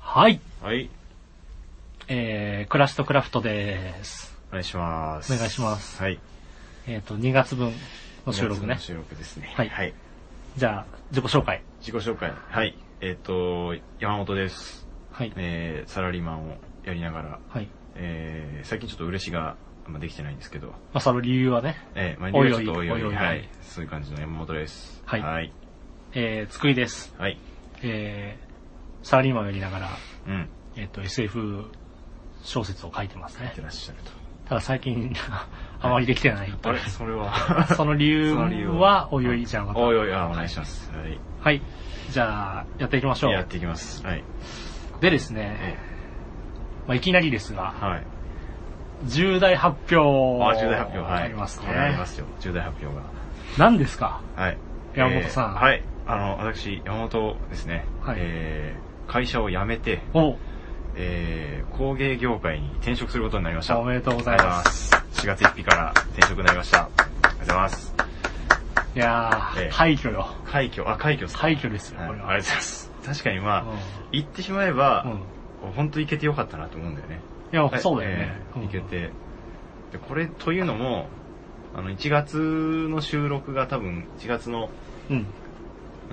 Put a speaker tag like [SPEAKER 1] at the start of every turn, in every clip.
[SPEAKER 1] はい。
[SPEAKER 2] はい。
[SPEAKER 1] えー、クラシとクラフトです。
[SPEAKER 2] お願いします。
[SPEAKER 1] お願いします。
[SPEAKER 2] はい。
[SPEAKER 1] えっ、と、2月分の収録
[SPEAKER 2] 二月の
[SPEAKER 1] ね。
[SPEAKER 2] 収録ですね。
[SPEAKER 1] はいじゃあ、自己紹介。
[SPEAKER 2] 自己紹介。はい。えっ、と、山本です。
[SPEAKER 1] はい。
[SPEAKER 2] えー、サラリーマンをやりながら、
[SPEAKER 1] はい。
[SPEAKER 2] えー、最近ちょっと嬉しがあんまできてないんですけど、
[SPEAKER 1] まあ、その理由はね、
[SPEAKER 2] えー、まあ
[SPEAKER 1] おい
[SPEAKER 2] ちょ
[SPEAKER 1] お
[SPEAKER 2] っ
[SPEAKER 1] い
[SPEAKER 2] とおいおい、
[SPEAKER 1] おいおい
[SPEAKER 2] はい。そういう感じの山本です。
[SPEAKER 1] はい
[SPEAKER 2] はい。
[SPEAKER 1] えー、つくいです。
[SPEAKER 2] はい。
[SPEAKER 1] えー、サラリーマンをやりながら、
[SPEAKER 2] うん。
[SPEAKER 1] えっ、と、SF 小説を書いてます
[SPEAKER 2] や
[SPEAKER 1] ね
[SPEAKER 2] って。らっしゃると。
[SPEAKER 1] ただ最近、あまりできてない。
[SPEAKER 2] あれ それは
[SPEAKER 1] その理由
[SPEAKER 2] その理由
[SPEAKER 1] は、おいおいじゃん、また。
[SPEAKER 2] おいおい、あ、お願いします。はい。
[SPEAKER 1] はい。じゃあ、やっていきましょ
[SPEAKER 2] やっ
[SPEAKER 1] う。
[SPEAKER 2] ていきます。はい。
[SPEAKER 1] でですね、
[SPEAKER 2] え
[SPEAKER 1] まあ、いきなりですが
[SPEAKER 2] ー、はい。
[SPEAKER 1] 重大発表
[SPEAKER 2] あ、重大発表、はい。
[SPEAKER 1] ありますね。
[SPEAKER 2] これありますよ。重大発表が。
[SPEAKER 1] 何ですか
[SPEAKER 2] はい。
[SPEAKER 1] 山本さん
[SPEAKER 2] えーはい。あの、私、山本ですね。
[SPEAKER 1] はい
[SPEAKER 2] えー会社を辞めて、
[SPEAKER 1] お
[SPEAKER 2] えー工芸業界に転職することになりました。
[SPEAKER 1] おめでとうございます
[SPEAKER 2] ありがとうございます。4月1日から転職になりました。ありがとうございます。
[SPEAKER 1] いやー、
[SPEAKER 2] ええ
[SPEAKER 1] 廃墟よ。
[SPEAKER 2] 快挙、あ、快挙ですか
[SPEAKER 1] 廃墟ですよ、
[SPEAKER 2] はい
[SPEAKER 1] こ
[SPEAKER 2] あ
[SPEAKER 1] れ
[SPEAKER 2] りが
[SPEAKER 1] は。
[SPEAKER 2] とうございます。確かにまあ、
[SPEAKER 1] うん
[SPEAKER 2] 言ってしまえば、
[SPEAKER 1] うん
[SPEAKER 2] 本当行けてよかったなと思うんだよね。
[SPEAKER 1] いや、そうだよね。
[SPEAKER 2] えー
[SPEAKER 1] うん
[SPEAKER 2] 行け。て。で、これというのも、あの、1月の収録が多分、1月の
[SPEAKER 1] うん。
[SPEAKER 2] ん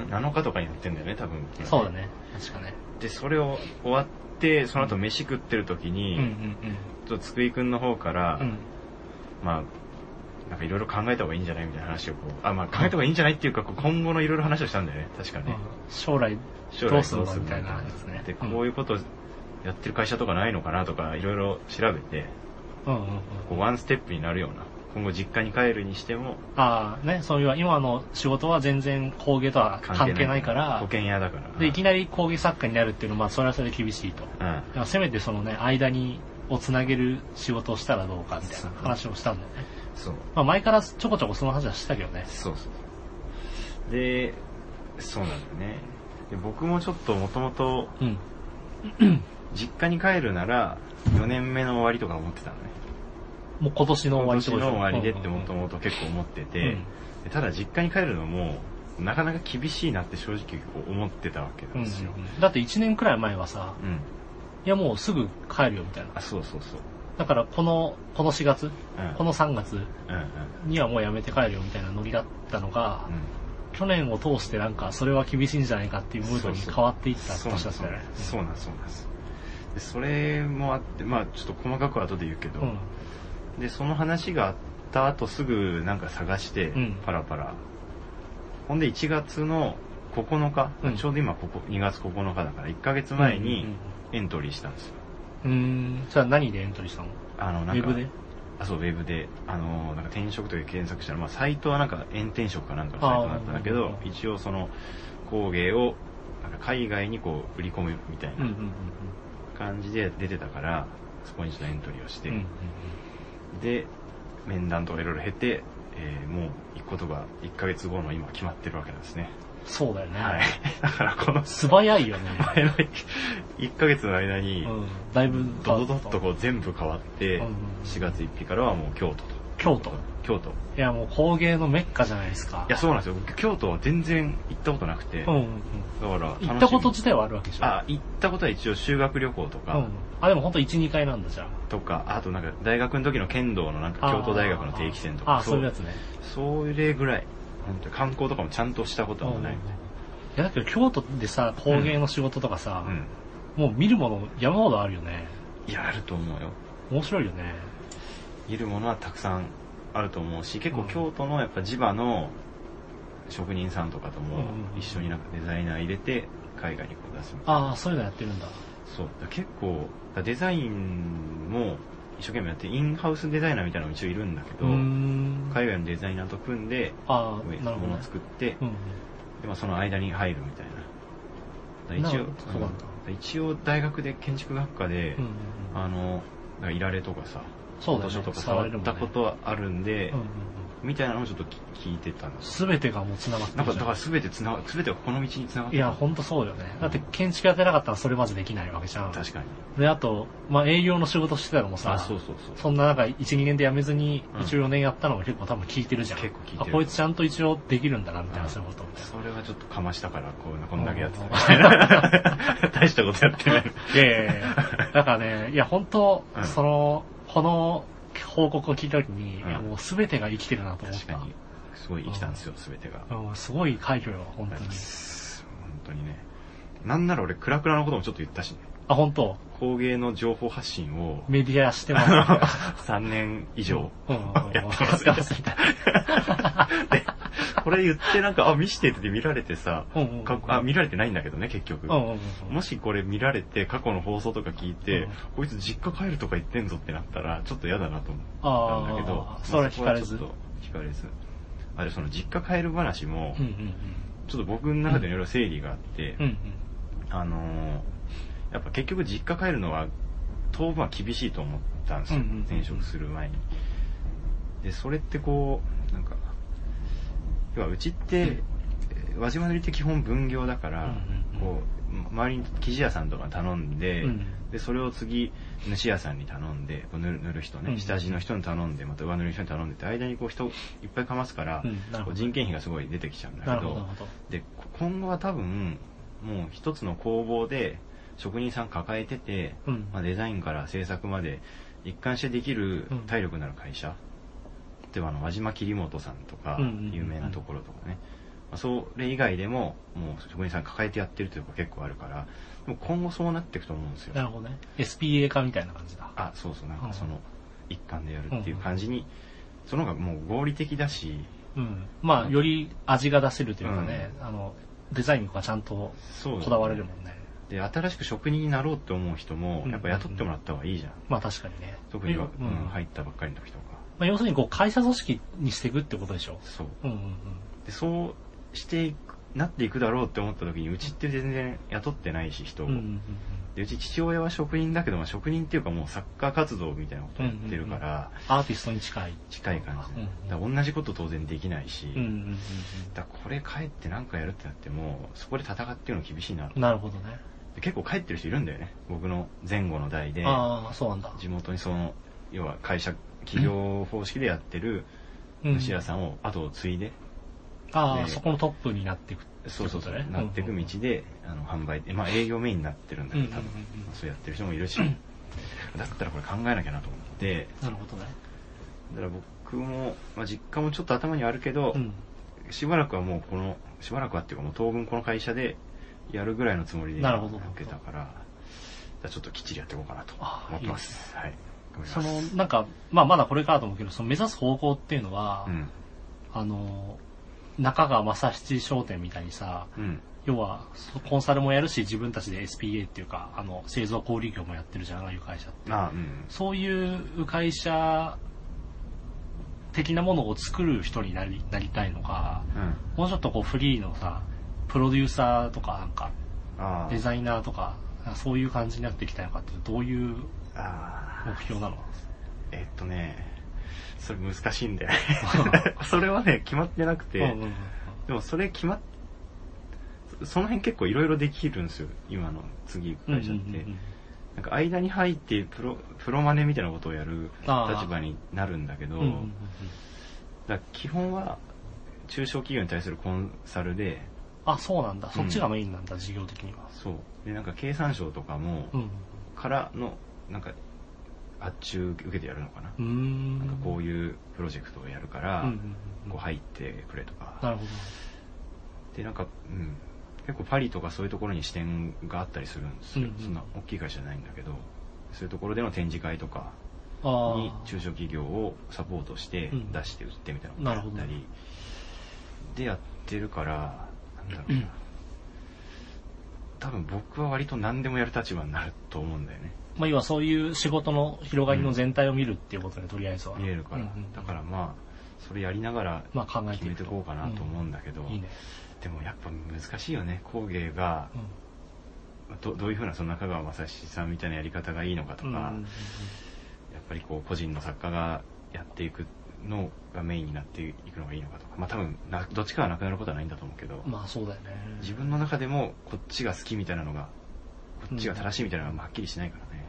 [SPEAKER 2] 7日とかにやってんだよね、多分。
[SPEAKER 1] そうだね。確かね。
[SPEAKER 2] で、それを終わって、その後飯食ってる時
[SPEAKER 1] う
[SPEAKER 2] に、
[SPEAKER 1] んうん
[SPEAKER 2] ちょっとつくいくんの方か
[SPEAKER 1] う
[SPEAKER 2] ら、
[SPEAKER 1] ん。うん。
[SPEAKER 2] まあ、なんかいろいろ考えた方がいいんじゃないみたいな話をこう、あ、まあ考えた方がいいんじゃないっていうか、こう今後のいろいろ話をしたんだよね、確か
[SPEAKER 1] うん
[SPEAKER 2] ね。
[SPEAKER 1] 将来
[SPEAKER 2] 将来
[SPEAKER 1] どうするの
[SPEAKER 2] る
[SPEAKER 1] みたいなやつね。
[SPEAKER 2] で、
[SPEAKER 1] う
[SPEAKER 2] こ
[SPEAKER 1] ん
[SPEAKER 2] ういうことやってる会社とかないのかなとか、いろいろ調べて、
[SPEAKER 1] うんうんうん。
[SPEAKER 2] こうワンステップになるような、今後実家に帰るにしても、
[SPEAKER 1] ああ、ね、そういう今の仕事は全然工芸とは関係ないから
[SPEAKER 2] 保、険屋だから。
[SPEAKER 1] で、いき
[SPEAKER 2] な
[SPEAKER 1] なり工芸作家になるっていうのは、まあ、それはそれで厳しいと。だ
[SPEAKER 2] う
[SPEAKER 1] か
[SPEAKER 2] ん。
[SPEAKER 1] らせめてそのね、間に、をつなげる仕事をしたらどうかみたいな話をしたんだよね。
[SPEAKER 2] そう。
[SPEAKER 1] まあ前からちょこちょこその話はしたけどね。
[SPEAKER 2] そうそう。で、そうなんだよね。で僕もちょっともともと、
[SPEAKER 1] うん。
[SPEAKER 2] 実家に帰るなら、4年目の終わりとか思ってたのね。
[SPEAKER 1] もう今年の終わ
[SPEAKER 2] 今
[SPEAKER 1] り
[SPEAKER 2] 年の終わりでってもと
[SPEAKER 1] う
[SPEAKER 2] もと結構思ってて、
[SPEAKER 1] んうんうん
[SPEAKER 2] でただ実家に帰るのも、なかなか厳しいなって正直こう思ってたわけ
[SPEAKER 1] う
[SPEAKER 2] なんん
[SPEAKER 1] う
[SPEAKER 2] ですよ。うん
[SPEAKER 1] んだって1年くらい前はさ、いやもうすぐ帰るよみたいな。
[SPEAKER 2] あ、そうそうそう。
[SPEAKER 1] だからこの、この4月、
[SPEAKER 2] うん。
[SPEAKER 1] この3月
[SPEAKER 2] うんうん。
[SPEAKER 1] にはもうやめて帰るよみたいなノリだったのが、去年を通してなんかそれは厳しいんじゃないかっていうムードに変わっていった
[SPEAKER 2] そう
[SPEAKER 1] 年だったよね。
[SPEAKER 2] そうなんですそうなんです。でそれもあって、まあちょっと細かくは後で言うけど、
[SPEAKER 1] うん。
[SPEAKER 2] で、その話があった後すぐなんか探して
[SPEAKER 1] うん、
[SPEAKER 2] パラパラ。ほんで1月の9日、
[SPEAKER 1] うん
[SPEAKER 2] ちょうど今ここ2月9日だから1ヶ月前
[SPEAKER 1] うん
[SPEAKER 2] にエントリーしたんですよ。
[SPEAKER 1] うんうん。うーん。それは何でエントリーしたの
[SPEAKER 2] あの、
[SPEAKER 1] ウ
[SPEAKER 2] なん
[SPEAKER 1] ェ
[SPEAKER 2] か、
[SPEAKER 1] ブで
[SPEAKER 2] あ、そう、ウェブで、あの、なんか転職とか検索したら、まあサイトはなんか炎転職かなんかのサイトだったんだけ
[SPEAKER 1] あ
[SPEAKER 2] ど、
[SPEAKER 1] ー
[SPEAKER 2] 一応その工芸をなんか海外にこう売り込むみたい
[SPEAKER 1] うんうん
[SPEAKER 2] な感じで出てたから、そこにちょっとエントリーをして、
[SPEAKER 1] うんうん。
[SPEAKER 2] で、面談とかいろいろ経て、えーもう行くことが1ヶ月後の今決まってるわけなんですね。
[SPEAKER 1] そうだよね。
[SPEAKER 2] はい。 だからこの
[SPEAKER 1] 素早いよね。
[SPEAKER 2] 前の1ヶ月の間に、
[SPEAKER 1] うん。だいぶ、
[SPEAKER 2] ドドドッとこう全部変わって、
[SPEAKER 1] うん
[SPEAKER 2] 4月1日からはもう京都と。
[SPEAKER 1] 京都。
[SPEAKER 2] 京都。い
[SPEAKER 1] いやもう工芸のメッカじゃないですか。
[SPEAKER 2] や、そうなんですよ。僕京都は全然行ったことなくて、
[SPEAKER 1] うんう
[SPEAKER 2] だか
[SPEAKER 1] んうん。
[SPEAKER 2] ら楽しみ
[SPEAKER 1] 行ったこと自体はあるわけでしょ。
[SPEAKER 2] あ、行ったことは一応修学旅行と
[SPEAKER 1] う
[SPEAKER 2] か、
[SPEAKER 1] ん。あ、でもほんと1、2回なんだじゃ
[SPEAKER 2] とか、あとなんか大学の時の剣道のなん
[SPEAKER 1] あ。
[SPEAKER 2] か京都大学の定期戦と
[SPEAKER 1] あ
[SPEAKER 2] か、
[SPEAKER 1] あ、そういうやつね。
[SPEAKER 2] それぐらい。本当に観光とかもちゃんとしたこと
[SPEAKER 1] うん
[SPEAKER 2] はない。
[SPEAKER 1] いやだけど京都でさ、工芸の仕事とかさ
[SPEAKER 2] う、ん。
[SPEAKER 1] もう見るもの山ほどあるよね。
[SPEAKER 2] いや、あると思うよ。
[SPEAKER 1] 面白いよね。
[SPEAKER 2] いるものはたくさんあると思うし、結構
[SPEAKER 1] うん
[SPEAKER 2] 京都のやっぱ地場の職人さんとかと
[SPEAKER 1] うん
[SPEAKER 2] も
[SPEAKER 1] うん
[SPEAKER 2] 一緒になんかデザイナー入れて海外にこう出すみたいな。
[SPEAKER 1] ああ、そういうのやってるんだ。
[SPEAKER 2] そう。だから結構、だからデザインも一生懸命やって、インハウスデザイナーみたいなのも一応いるんだけ
[SPEAKER 1] う
[SPEAKER 2] ど
[SPEAKER 1] ー、ん。
[SPEAKER 2] 海外のデザイナーと組んで、
[SPEAKER 1] ああ、なるほど
[SPEAKER 2] も
[SPEAKER 1] ね
[SPEAKER 2] の。作って
[SPEAKER 1] う、ん。
[SPEAKER 2] でまあその間に入るみたいな。だから一
[SPEAKER 1] なる
[SPEAKER 2] 応
[SPEAKER 1] ほどそうなんだ
[SPEAKER 2] うん一応大学で建築学科で、
[SPEAKER 1] うんうんうん。
[SPEAKER 2] あの、だからいられとかさ、
[SPEAKER 1] そうだね
[SPEAKER 2] フォトショーとか触ったことはあるんで、
[SPEAKER 1] うんうんうん
[SPEAKER 2] みたいなのをちょっとき聞いてたんです
[SPEAKER 1] すべてがもう繋がって
[SPEAKER 2] なん
[SPEAKER 1] る
[SPEAKER 2] か、
[SPEAKER 1] じ
[SPEAKER 2] だ
[SPEAKER 1] ゃ
[SPEAKER 2] から
[SPEAKER 1] ん。
[SPEAKER 2] 全てつな、全てがこの道につながって
[SPEAKER 1] い
[SPEAKER 2] る
[SPEAKER 1] や、ほんとそうよね。だって建築やってなかったらそれまずできないわけじゃん。
[SPEAKER 2] 確かに。
[SPEAKER 1] で、あと、まあ営業の仕事してたのもさ、
[SPEAKER 2] あ、そうそうそう。
[SPEAKER 1] そんななんか1、2年で辞めずに
[SPEAKER 2] うん
[SPEAKER 1] 1、4年やったのも結構多分聞いてるじゃん。
[SPEAKER 2] 結構聞いてる
[SPEAKER 1] あ、こいつちゃんと一応できるんだな、みたいな、そういうこと。
[SPEAKER 2] それはちょっとかましたから、こう、こんだけやってた みたいな。大したことやっ てない。
[SPEAKER 1] いやいやいや だからね、いや本当、
[SPEAKER 2] うん
[SPEAKER 1] その、この報告を聞いた時に、
[SPEAKER 2] うん
[SPEAKER 1] いやもう全てが生きてるなと思っ
[SPEAKER 2] 確
[SPEAKER 1] た。
[SPEAKER 2] かに。すごい生きたんですよ、全てが。
[SPEAKER 1] うん、すごい快挙よ、本当に。
[SPEAKER 2] 本当にね。なんなら俺、クラクラのこともちょっと言ったしね。
[SPEAKER 1] あ、本当
[SPEAKER 2] 工芸の情報発信を、
[SPEAKER 1] メディアして ます。
[SPEAKER 2] 3年以上。
[SPEAKER 1] うん、うん、うん、
[SPEAKER 2] やってます
[SPEAKER 1] 恥ずかしい。
[SPEAKER 2] これ言ってなんか、あ、見してって見られてさ、
[SPEAKER 1] うん、うん。
[SPEAKER 2] かあ、見られてないんだけどね、結局。
[SPEAKER 1] うん、うん、うん。
[SPEAKER 2] もしこれ見られて、過去の放送とか聞いて、
[SPEAKER 1] うん
[SPEAKER 2] こいつ実家帰るとか言ってんぞってなったら、ちょっと嫌だなと思
[SPEAKER 1] あ
[SPEAKER 2] ったんだけど、ま
[SPEAKER 1] あ、
[SPEAKER 2] あ
[SPEAKER 1] それは惹かれず。
[SPEAKER 2] そこはちょっと惹かれず。あれ、その実家帰る話も
[SPEAKER 1] うん、う、ん、
[SPEAKER 2] ちょっと僕の中でいろいろ整理があって、
[SPEAKER 1] うん。うん、うん。
[SPEAKER 2] あのーやっぱ結局実家帰るのは、当分は厳しいと思ったんですよ。
[SPEAKER 1] うんうんうんうん
[SPEAKER 2] 転職する前に。で、それってこう、なんか、要はうちって、輪島塗りって基本分業だから、
[SPEAKER 1] うんうんうん
[SPEAKER 2] こう、ま周りに生地屋さんとか頼んで、
[SPEAKER 1] うん
[SPEAKER 2] で、それを次、主屋さんに頼んで、こう塗る塗る人
[SPEAKER 1] うんう
[SPEAKER 2] ね、
[SPEAKER 1] ん
[SPEAKER 2] 下地の人に頼んで、また上塗りの人に頼んでって、間にこう人いっぱいかますから、
[SPEAKER 1] うんなるほど
[SPEAKER 2] こう人件費がすごい出てきちゃうんだけ
[SPEAKER 1] なるほ
[SPEAKER 2] ど
[SPEAKER 1] ど、なるほど。
[SPEAKER 2] で、こ今後は多分、もう一つの工房で職人さん抱えてて、
[SPEAKER 1] うん
[SPEAKER 2] まあ、デザインから制作まで一貫してできる
[SPEAKER 1] うん
[SPEAKER 2] 体力のある会社。例えばあの、和島桐本さんとか
[SPEAKER 1] うんうんうんう、ん
[SPEAKER 2] 有名なところとかね。まあそれ以外でも、もう職人さん抱えてやってるというか結構あるから、でも今後そうなっていくと思うんですよ
[SPEAKER 1] な。るほどね。SPA 化みたいな感じだ。
[SPEAKER 2] あ、そうそう、なん
[SPEAKER 1] う
[SPEAKER 2] か
[SPEAKER 1] ん
[SPEAKER 2] その一環でやるっていう感じに、その方がもう合理的だし、
[SPEAKER 1] うん。まあ、より味が出せるというかね、あの、デザインとかちゃんと
[SPEAKER 2] そうだね
[SPEAKER 1] こだわれるもんね。
[SPEAKER 2] で、新しく職人になろうって思う人も、やっぱ雇ってもらった方がいいじゃん。
[SPEAKER 1] まあ確かにね。
[SPEAKER 2] 特に、
[SPEAKER 1] えう
[SPEAKER 2] うんん、入ったばっかりの時とか。
[SPEAKER 1] まあ、要するにこう会社組織にしていくってことでしょ。
[SPEAKER 2] そう。
[SPEAKER 1] うんうんうん。
[SPEAKER 2] で、そうしていく、なっていくだろうって思った時に、うちって全然雇ってないし、人
[SPEAKER 1] う
[SPEAKER 2] を。
[SPEAKER 1] んうんうん
[SPEAKER 2] で、うち父親は職人だけど、まあ、職人っていうかもうサッカー活動みたいなことやってるから、
[SPEAKER 1] アーティストに近い。
[SPEAKER 2] 近い感じで。
[SPEAKER 1] うん
[SPEAKER 2] だから同じこと当然できないし、
[SPEAKER 1] うんうんうん
[SPEAKER 2] だからこれ帰ってなんかやるってなっても、そこで戦ってるの厳しいな。
[SPEAKER 1] うん。なるほどね。
[SPEAKER 2] で結構帰ってる人いるんだよね。僕の前後の代で。
[SPEAKER 1] ああ、そうなんだ。
[SPEAKER 2] 地元にその、要は会社、企業方式でやってる主屋さんを後を継いで、
[SPEAKER 1] ああ、
[SPEAKER 2] で
[SPEAKER 1] そこのトップになっていく。
[SPEAKER 2] そうそうそう、
[SPEAKER 1] ってことね
[SPEAKER 2] なっていく道で、あの、販売、まあ営業メインになってるんだけど、多
[SPEAKER 1] う
[SPEAKER 2] 分、
[SPEAKER 1] んうんうんうん
[SPEAKER 2] そうやってる人もいるし、だったらこれ考えなきゃなと思って、
[SPEAKER 1] なるほどね。
[SPEAKER 2] だから僕も、まあ実家もちょっと頭にはあるけど、
[SPEAKER 1] うん。
[SPEAKER 2] しばらくはもうこの、しばらくはっていうかもう当分この会社でやるぐらいのつもりで
[SPEAKER 1] なるほど
[SPEAKER 2] 受けたから、だからちょっときっちりやっていこうかなと
[SPEAKER 1] あ
[SPEAKER 2] 思ってます。はい。頑張り
[SPEAKER 1] そ
[SPEAKER 2] ます
[SPEAKER 1] の、なんか、まあまだこれからと思うけど、その目指す方向っていうのは、
[SPEAKER 2] うん。
[SPEAKER 1] あの、中川正七商店みたいにさ、
[SPEAKER 2] うん。
[SPEAKER 1] 要は、そコンサルもやるし、自分たちで SPA っていうか、あの、製造小売業もやってるじゃん、ああいう会社って。
[SPEAKER 2] ああ、うん。
[SPEAKER 1] そういう会社的なものを作る人になりなりたいのか、
[SPEAKER 2] うん。
[SPEAKER 1] もうちょっとこうフリーのさ、プロデューサーとかなんか、
[SPEAKER 2] ああ
[SPEAKER 1] デザイナーとか、そういう感じになっていきたいのかって、どういう
[SPEAKER 2] ああ。
[SPEAKER 1] 目標なの
[SPEAKER 2] えっとね、それ難しいんだよね。 それはね、決まってなくて、
[SPEAKER 1] うんうんうん
[SPEAKER 2] でもそれ決まっ、そその辺結構いろいろできるんですよ、今の次行く
[SPEAKER 1] うん
[SPEAKER 2] 会社って。
[SPEAKER 1] うんうんうん
[SPEAKER 2] なんか間に入ってプロ、プロマネみたいなことをやる
[SPEAKER 1] あー
[SPEAKER 2] 立場になるんだけど、
[SPEAKER 1] うんうんうんうん
[SPEAKER 2] だから基本は中小企業に対するコンサルで、
[SPEAKER 1] あ、そうなんだ。そっちがメインなんだ、事業的には。
[SPEAKER 2] そう。で、なんか経産省とかも
[SPEAKER 1] う、ん。
[SPEAKER 2] からの、なんか、発注受けてやるのかな。
[SPEAKER 1] うーん。
[SPEAKER 2] なんかこういうプロジェクトをやるから、
[SPEAKER 1] うんうんうんうん
[SPEAKER 2] こう入ってくれとか、
[SPEAKER 1] なるほど。
[SPEAKER 2] でなんか、うん、結構パリとかそういうところに支店があったりするんですよ、
[SPEAKER 1] うんうん
[SPEAKER 2] そんな大きい会社じゃないんだけどそういうところでの展示会とか
[SPEAKER 1] あ
[SPEAKER 2] に
[SPEAKER 1] あ。
[SPEAKER 2] 中小企業をサポートして
[SPEAKER 1] うん
[SPEAKER 2] 出して売ってみたいなことだったり、
[SPEAKER 1] なるほ
[SPEAKER 2] でやってるからなんだろうな多分僕は割と何でもやる立場になると思うんだよね
[SPEAKER 1] まあ、要はそういう仕事の広がりの全体を見るっていうことで、とりあえずは。
[SPEAKER 2] 見えるか
[SPEAKER 1] う
[SPEAKER 2] ら、
[SPEAKER 1] んうんうん
[SPEAKER 2] だからまあそれやりながら
[SPEAKER 1] まあ考えていくと
[SPEAKER 2] 決めていこうかなと思うんだけど、
[SPEAKER 1] いいね。
[SPEAKER 2] でもやっぱ難しいよね工芸が
[SPEAKER 1] うん
[SPEAKER 2] どどういうふうなその中川正史さんみたいなやり方がいいのかとか、
[SPEAKER 1] うんうんうんうん
[SPEAKER 2] やっぱりこう個人の作家がやっていくのがメインになっていくのがいいのかとか、まあ多分な、どっちかはなくなることはないんだと思うけど、
[SPEAKER 1] まあそうだよね。
[SPEAKER 2] 自分の中でもこっちが好きみたいなのが、こっちが正しいみたいなのがはっきりしないからね。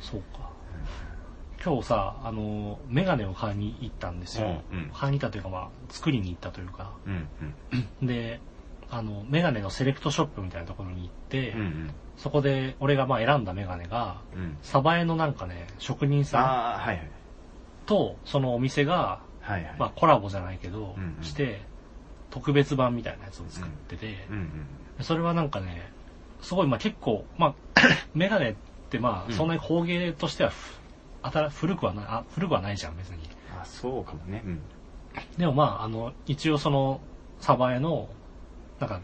[SPEAKER 1] そうか。今日さ、あの、メガネを買いに行ったんですよ。
[SPEAKER 2] うんうん
[SPEAKER 1] 買いに行ったというか、まあ、作りに行ったというか。
[SPEAKER 2] うん。うん、うん。
[SPEAKER 1] で、あの、メガネのセレクトショップみたいなところに行って、
[SPEAKER 2] うん、うん。
[SPEAKER 1] そこで俺がまあ選んだメガネが、
[SPEAKER 2] うん。
[SPEAKER 1] サバエのなんかね、職人さん
[SPEAKER 2] ああ、はいはい。
[SPEAKER 1] とそのお店が、
[SPEAKER 2] はいはい。
[SPEAKER 1] まあコラボじゃないけど、
[SPEAKER 2] うんうん
[SPEAKER 1] して、特別版みたいなやつを作ってて、
[SPEAKER 2] うん、うん。
[SPEAKER 1] それはなんかね、すごいまあ結構、まあ、 メガネってま
[SPEAKER 2] う
[SPEAKER 1] あ
[SPEAKER 2] ん
[SPEAKER 1] そんなに工芸としてはふ、新古くはない、あ、古くはないじゃん別に。
[SPEAKER 2] あそうかもね。うん。
[SPEAKER 1] でもまあ、あの、一応その、サバエの、なんか、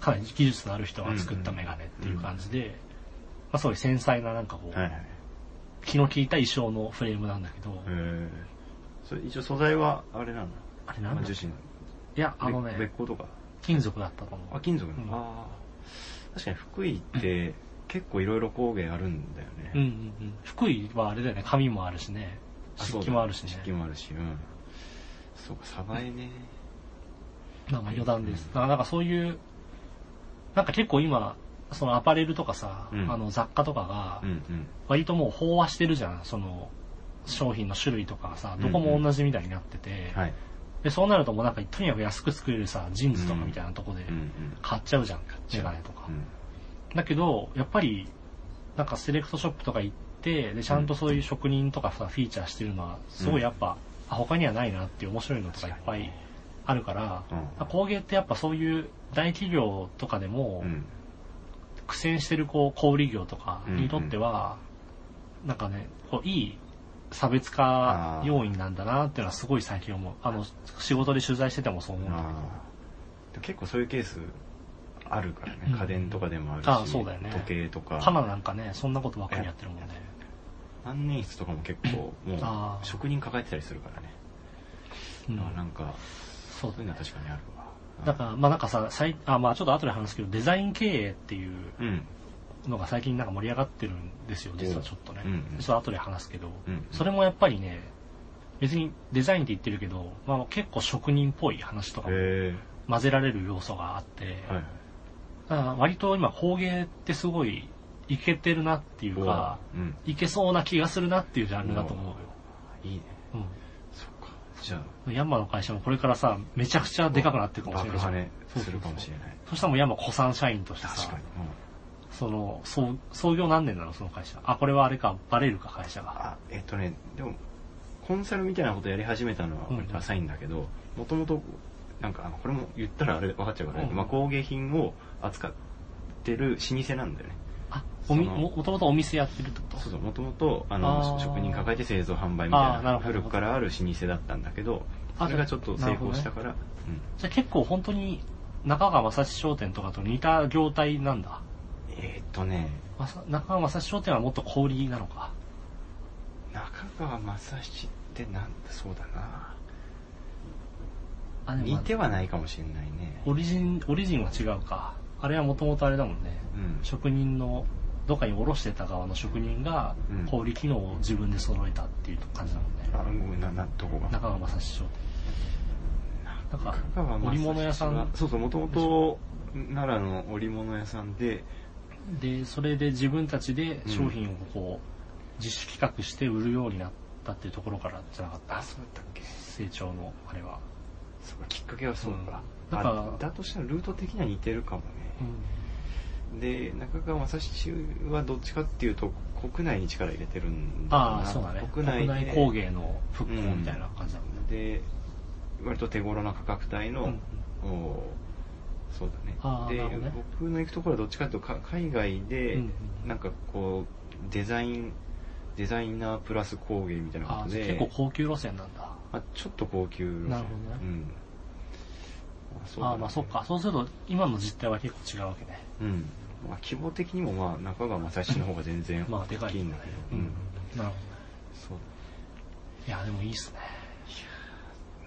[SPEAKER 1] かなり技術のある人が作ったメガネっていう感じで、まあすごい繊細ななんかこう、
[SPEAKER 2] はいはい。
[SPEAKER 1] 気の利いた衣装のフレームなんだけど、
[SPEAKER 2] えー、それ一応素材は、あれなんだ。
[SPEAKER 1] あれなんだっ
[SPEAKER 2] 樹
[SPEAKER 1] け
[SPEAKER 2] 脂の。
[SPEAKER 1] いや、あの
[SPEAKER 2] べ
[SPEAKER 1] ね
[SPEAKER 2] 別、光とか。
[SPEAKER 1] 金属だったと思う
[SPEAKER 2] あ、。金属
[SPEAKER 1] う
[SPEAKER 2] の。
[SPEAKER 1] ん
[SPEAKER 2] ああ。確かに福井って結構いろいろ工芸あるんだよね。
[SPEAKER 1] うんうんうん。福井はあれだよね、紙もあるしね、
[SPEAKER 2] あそ
[SPEAKER 1] 漆
[SPEAKER 2] うだ
[SPEAKER 1] 器もあるしね。
[SPEAKER 2] 漆器もあるし、うん。そうか、サバエね。
[SPEAKER 1] なんか余談です。だからなんかそういう、なんか結構今、そのアパレルとかさ、
[SPEAKER 2] うん
[SPEAKER 1] あの雑貨とかが
[SPEAKER 2] うん、うん。
[SPEAKER 1] 割ともう飽和してるじゃん、その商品の種類とかがさ、どこも同じみたいになってて、
[SPEAKER 2] はい。
[SPEAKER 1] で、そうなるともうなんかとにかく安く作れるさ、ジーンズとかみたいなとこで
[SPEAKER 2] うんうん。
[SPEAKER 1] 買っちゃうじゃん、
[SPEAKER 2] ちゃ
[SPEAKER 1] メ
[SPEAKER 2] う
[SPEAKER 1] ガネとか。
[SPEAKER 2] うん
[SPEAKER 1] だけど、やっぱり、なんかセレクトショップとか行って、で、ちゃんとそういう職人とかさ、フィーチャーしてるのは、すごいやっぱ、あ他にはないなっていう面白いのとかいっぱいあるから、
[SPEAKER 2] うん
[SPEAKER 1] まあ工芸ってやっぱそういう大企業とかでも、
[SPEAKER 2] うん。
[SPEAKER 1] 苦戦してるこう小売業とかにとっては、なんかね、こういい差別化要因なんだなっていうのはすごい最近思う。あの、仕事で取材しててもそう思うんだけど。
[SPEAKER 2] ああ。結構そういうケースあるから
[SPEAKER 1] う
[SPEAKER 2] ね。
[SPEAKER 1] ん
[SPEAKER 2] 家電とかでもあるし、
[SPEAKER 1] ああそうだよね
[SPEAKER 2] 時計とか。
[SPEAKER 1] カナなんかね、そんなことばっかりやってるもんね。
[SPEAKER 2] 万年筆とかも結構も
[SPEAKER 1] あ
[SPEAKER 2] う
[SPEAKER 1] ー
[SPEAKER 2] 職人抱えてたりするからね。
[SPEAKER 1] うん
[SPEAKER 2] あなんか、
[SPEAKER 1] そう
[SPEAKER 2] そう
[SPEAKER 1] だ
[SPEAKER 2] いう
[SPEAKER 1] ね
[SPEAKER 2] のは。確かにあるわ。うん
[SPEAKER 1] だから、まあなんかさ、最あまあちょっと後で話すけど、デザイン経営っていう
[SPEAKER 2] うん。
[SPEAKER 1] のが最近なんか盛り上がってるんですよ、実はちょっとね。
[SPEAKER 2] うんうん
[SPEAKER 1] ちょっと後で話すけど、
[SPEAKER 2] うん
[SPEAKER 1] それもやっぱりね、別にデザインって言ってるけど、まあ結構職人っぽい話とかも
[SPEAKER 2] へ
[SPEAKER 1] 混ぜられる要素があって、
[SPEAKER 2] え。はいはい。
[SPEAKER 1] だから割と今工芸ってすごいいけてるなっていうか、
[SPEAKER 2] うん。
[SPEAKER 1] いけそうな気がするなっていうジャンルだと思うよ。
[SPEAKER 2] いいね。
[SPEAKER 1] うん
[SPEAKER 2] そっか。じゃあ、
[SPEAKER 1] ヤンマの会社もこれからさ、めちゃくちゃでかくなっていくかもしれな
[SPEAKER 2] 爆
[SPEAKER 1] いじゃ
[SPEAKER 2] 破
[SPEAKER 1] ん。
[SPEAKER 2] ね、
[SPEAKER 1] そうそうそう
[SPEAKER 2] するかもしれない。
[SPEAKER 1] そしたらもうヤンマ古参社員として
[SPEAKER 2] 確
[SPEAKER 1] さ
[SPEAKER 2] か、に。うん
[SPEAKER 1] その、創創業何年なのその会社。あ、これはあれか、バレるか会社が。
[SPEAKER 2] あ、えっとね、でも、コンサルみたいなことやり始めたのは
[SPEAKER 1] うん
[SPEAKER 2] 割と浅いんだけど、もともと、なんか、あのこれも言ったらあれ分かっちゃうからね、
[SPEAKER 1] うん
[SPEAKER 2] まあ工芸品を扱ってる老舗なんだよね。
[SPEAKER 1] あ、おみ、
[SPEAKER 2] その
[SPEAKER 1] ももともとお店やってるってこと
[SPEAKER 2] そうそう、もともと、あの、
[SPEAKER 1] あー
[SPEAKER 2] 職人抱えて製造販売みた
[SPEAKER 1] あー
[SPEAKER 2] い
[SPEAKER 1] な
[SPEAKER 2] な、
[SPEAKER 1] るほど
[SPEAKER 2] 古くからある老舗だったんだけど、
[SPEAKER 1] あ
[SPEAKER 2] それがちょっと成功したから、
[SPEAKER 1] じゃあ結構本当に中川正史商店とかと似た業態なんだ。
[SPEAKER 2] うんえーっとね、
[SPEAKER 1] まさ中川正史商店はもっと小売りなのか。
[SPEAKER 2] 中川正七ってなんだそうだな。
[SPEAKER 1] あ、
[SPEAKER 2] 似
[SPEAKER 1] まあ
[SPEAKER 2] てはないかもしれないね。
[SPEAKER 1] オリジン、オリジンは違うか。あれはもともとあれだもんね。
[SPEAKER 2] うん。
[SPEAKER 1] 職人の、どっかに卸してた側の職人が
[SPEAKER 2] うん、
[SPEAKER 1] 小売機能を自分で揃えたっていう感じだもんね。
[SPEAKER 2] あ、ごめんな、な、どこが。
[SPEAKER 1] 中川正史商店。なんか
[SPEAKER 2] 中川、正七は
[SPEAKER 1] 織物屋さん
[SPEAKER 2] そうそう、もともと奈良の織物屋さんで、
[SPEAKER 1] で、それで自分たちで商品をこう、自主企画して売るようになったっていうところからじゃなかった。
[SPEAKER 2] そうだったっけ
[SPEAKER 1] 成長の、あれは。
[SPEAKER 2] そうか、きっかけはそうか。
[SPEAKER 1] うんだから
[SPEAKER 2] あだとしたらルート的には似てるかもね。で、中川正七はどっちかっていうと、国内に力入れてるんだ
[SPEAKER 1] ああ、そうだね。
[SPEAKER 2] 国
[SPEAKER 1] 国
[SPEAKER 2] 内
[SPEAKER 1] 内
[SPEAKER 2] で
[SPEAKER 1] 工芸の復興みたいな感じだもんね。
[SPEAKER 2] で、割と手頃な価格帯の、おそうだね。
[SPEAKER 1] あー
[SPEAKER 2] で
[SPEAKER 1] なるほどね
[SPEAKER 2] 僕の行くところはどっちかというとか、海外で、
[SPEAKER 1] うん
[SPEAKER 2] なんかこう、デザイン、デザイナープラス工芸みたいな
[SPEAKER 1] あ
[SPEAKER 2] こ
[SPEAKER 1] あ、
[SPEAKER 2] と
[SPEAKER 1] じゃあ結
[SPEAKER 2] で、
[SPEAKER 1] 構高級路線なんだ。
[SPEAKER 2] まあ、ちょっと高級路線。
[SPEAKER 1] なるほどね
[SPEAKER 2] うん。あそう
[SPEAKER 1] あ
[SPEAKER 2] だね
[SPEAKER 1] あ、まあそっか。そうすると、今の実態は結構違うわけね。
[SPEAKER 2] うん。まあ、規模的にもまあ、中川正七の方が全然
[SPEAKER 1] まあでか
[SPEAKER 2] 大
[SPEAKER 1] い。
[SPEAKER 2] きいんだけど。
[SPEAKER 1] う
[SPEAKER 2] うんん。。
[SPEAKER 1] なるほどね。
[SPEAKER 2] そう
[SPEAKER 1] いや、でもいいっすね。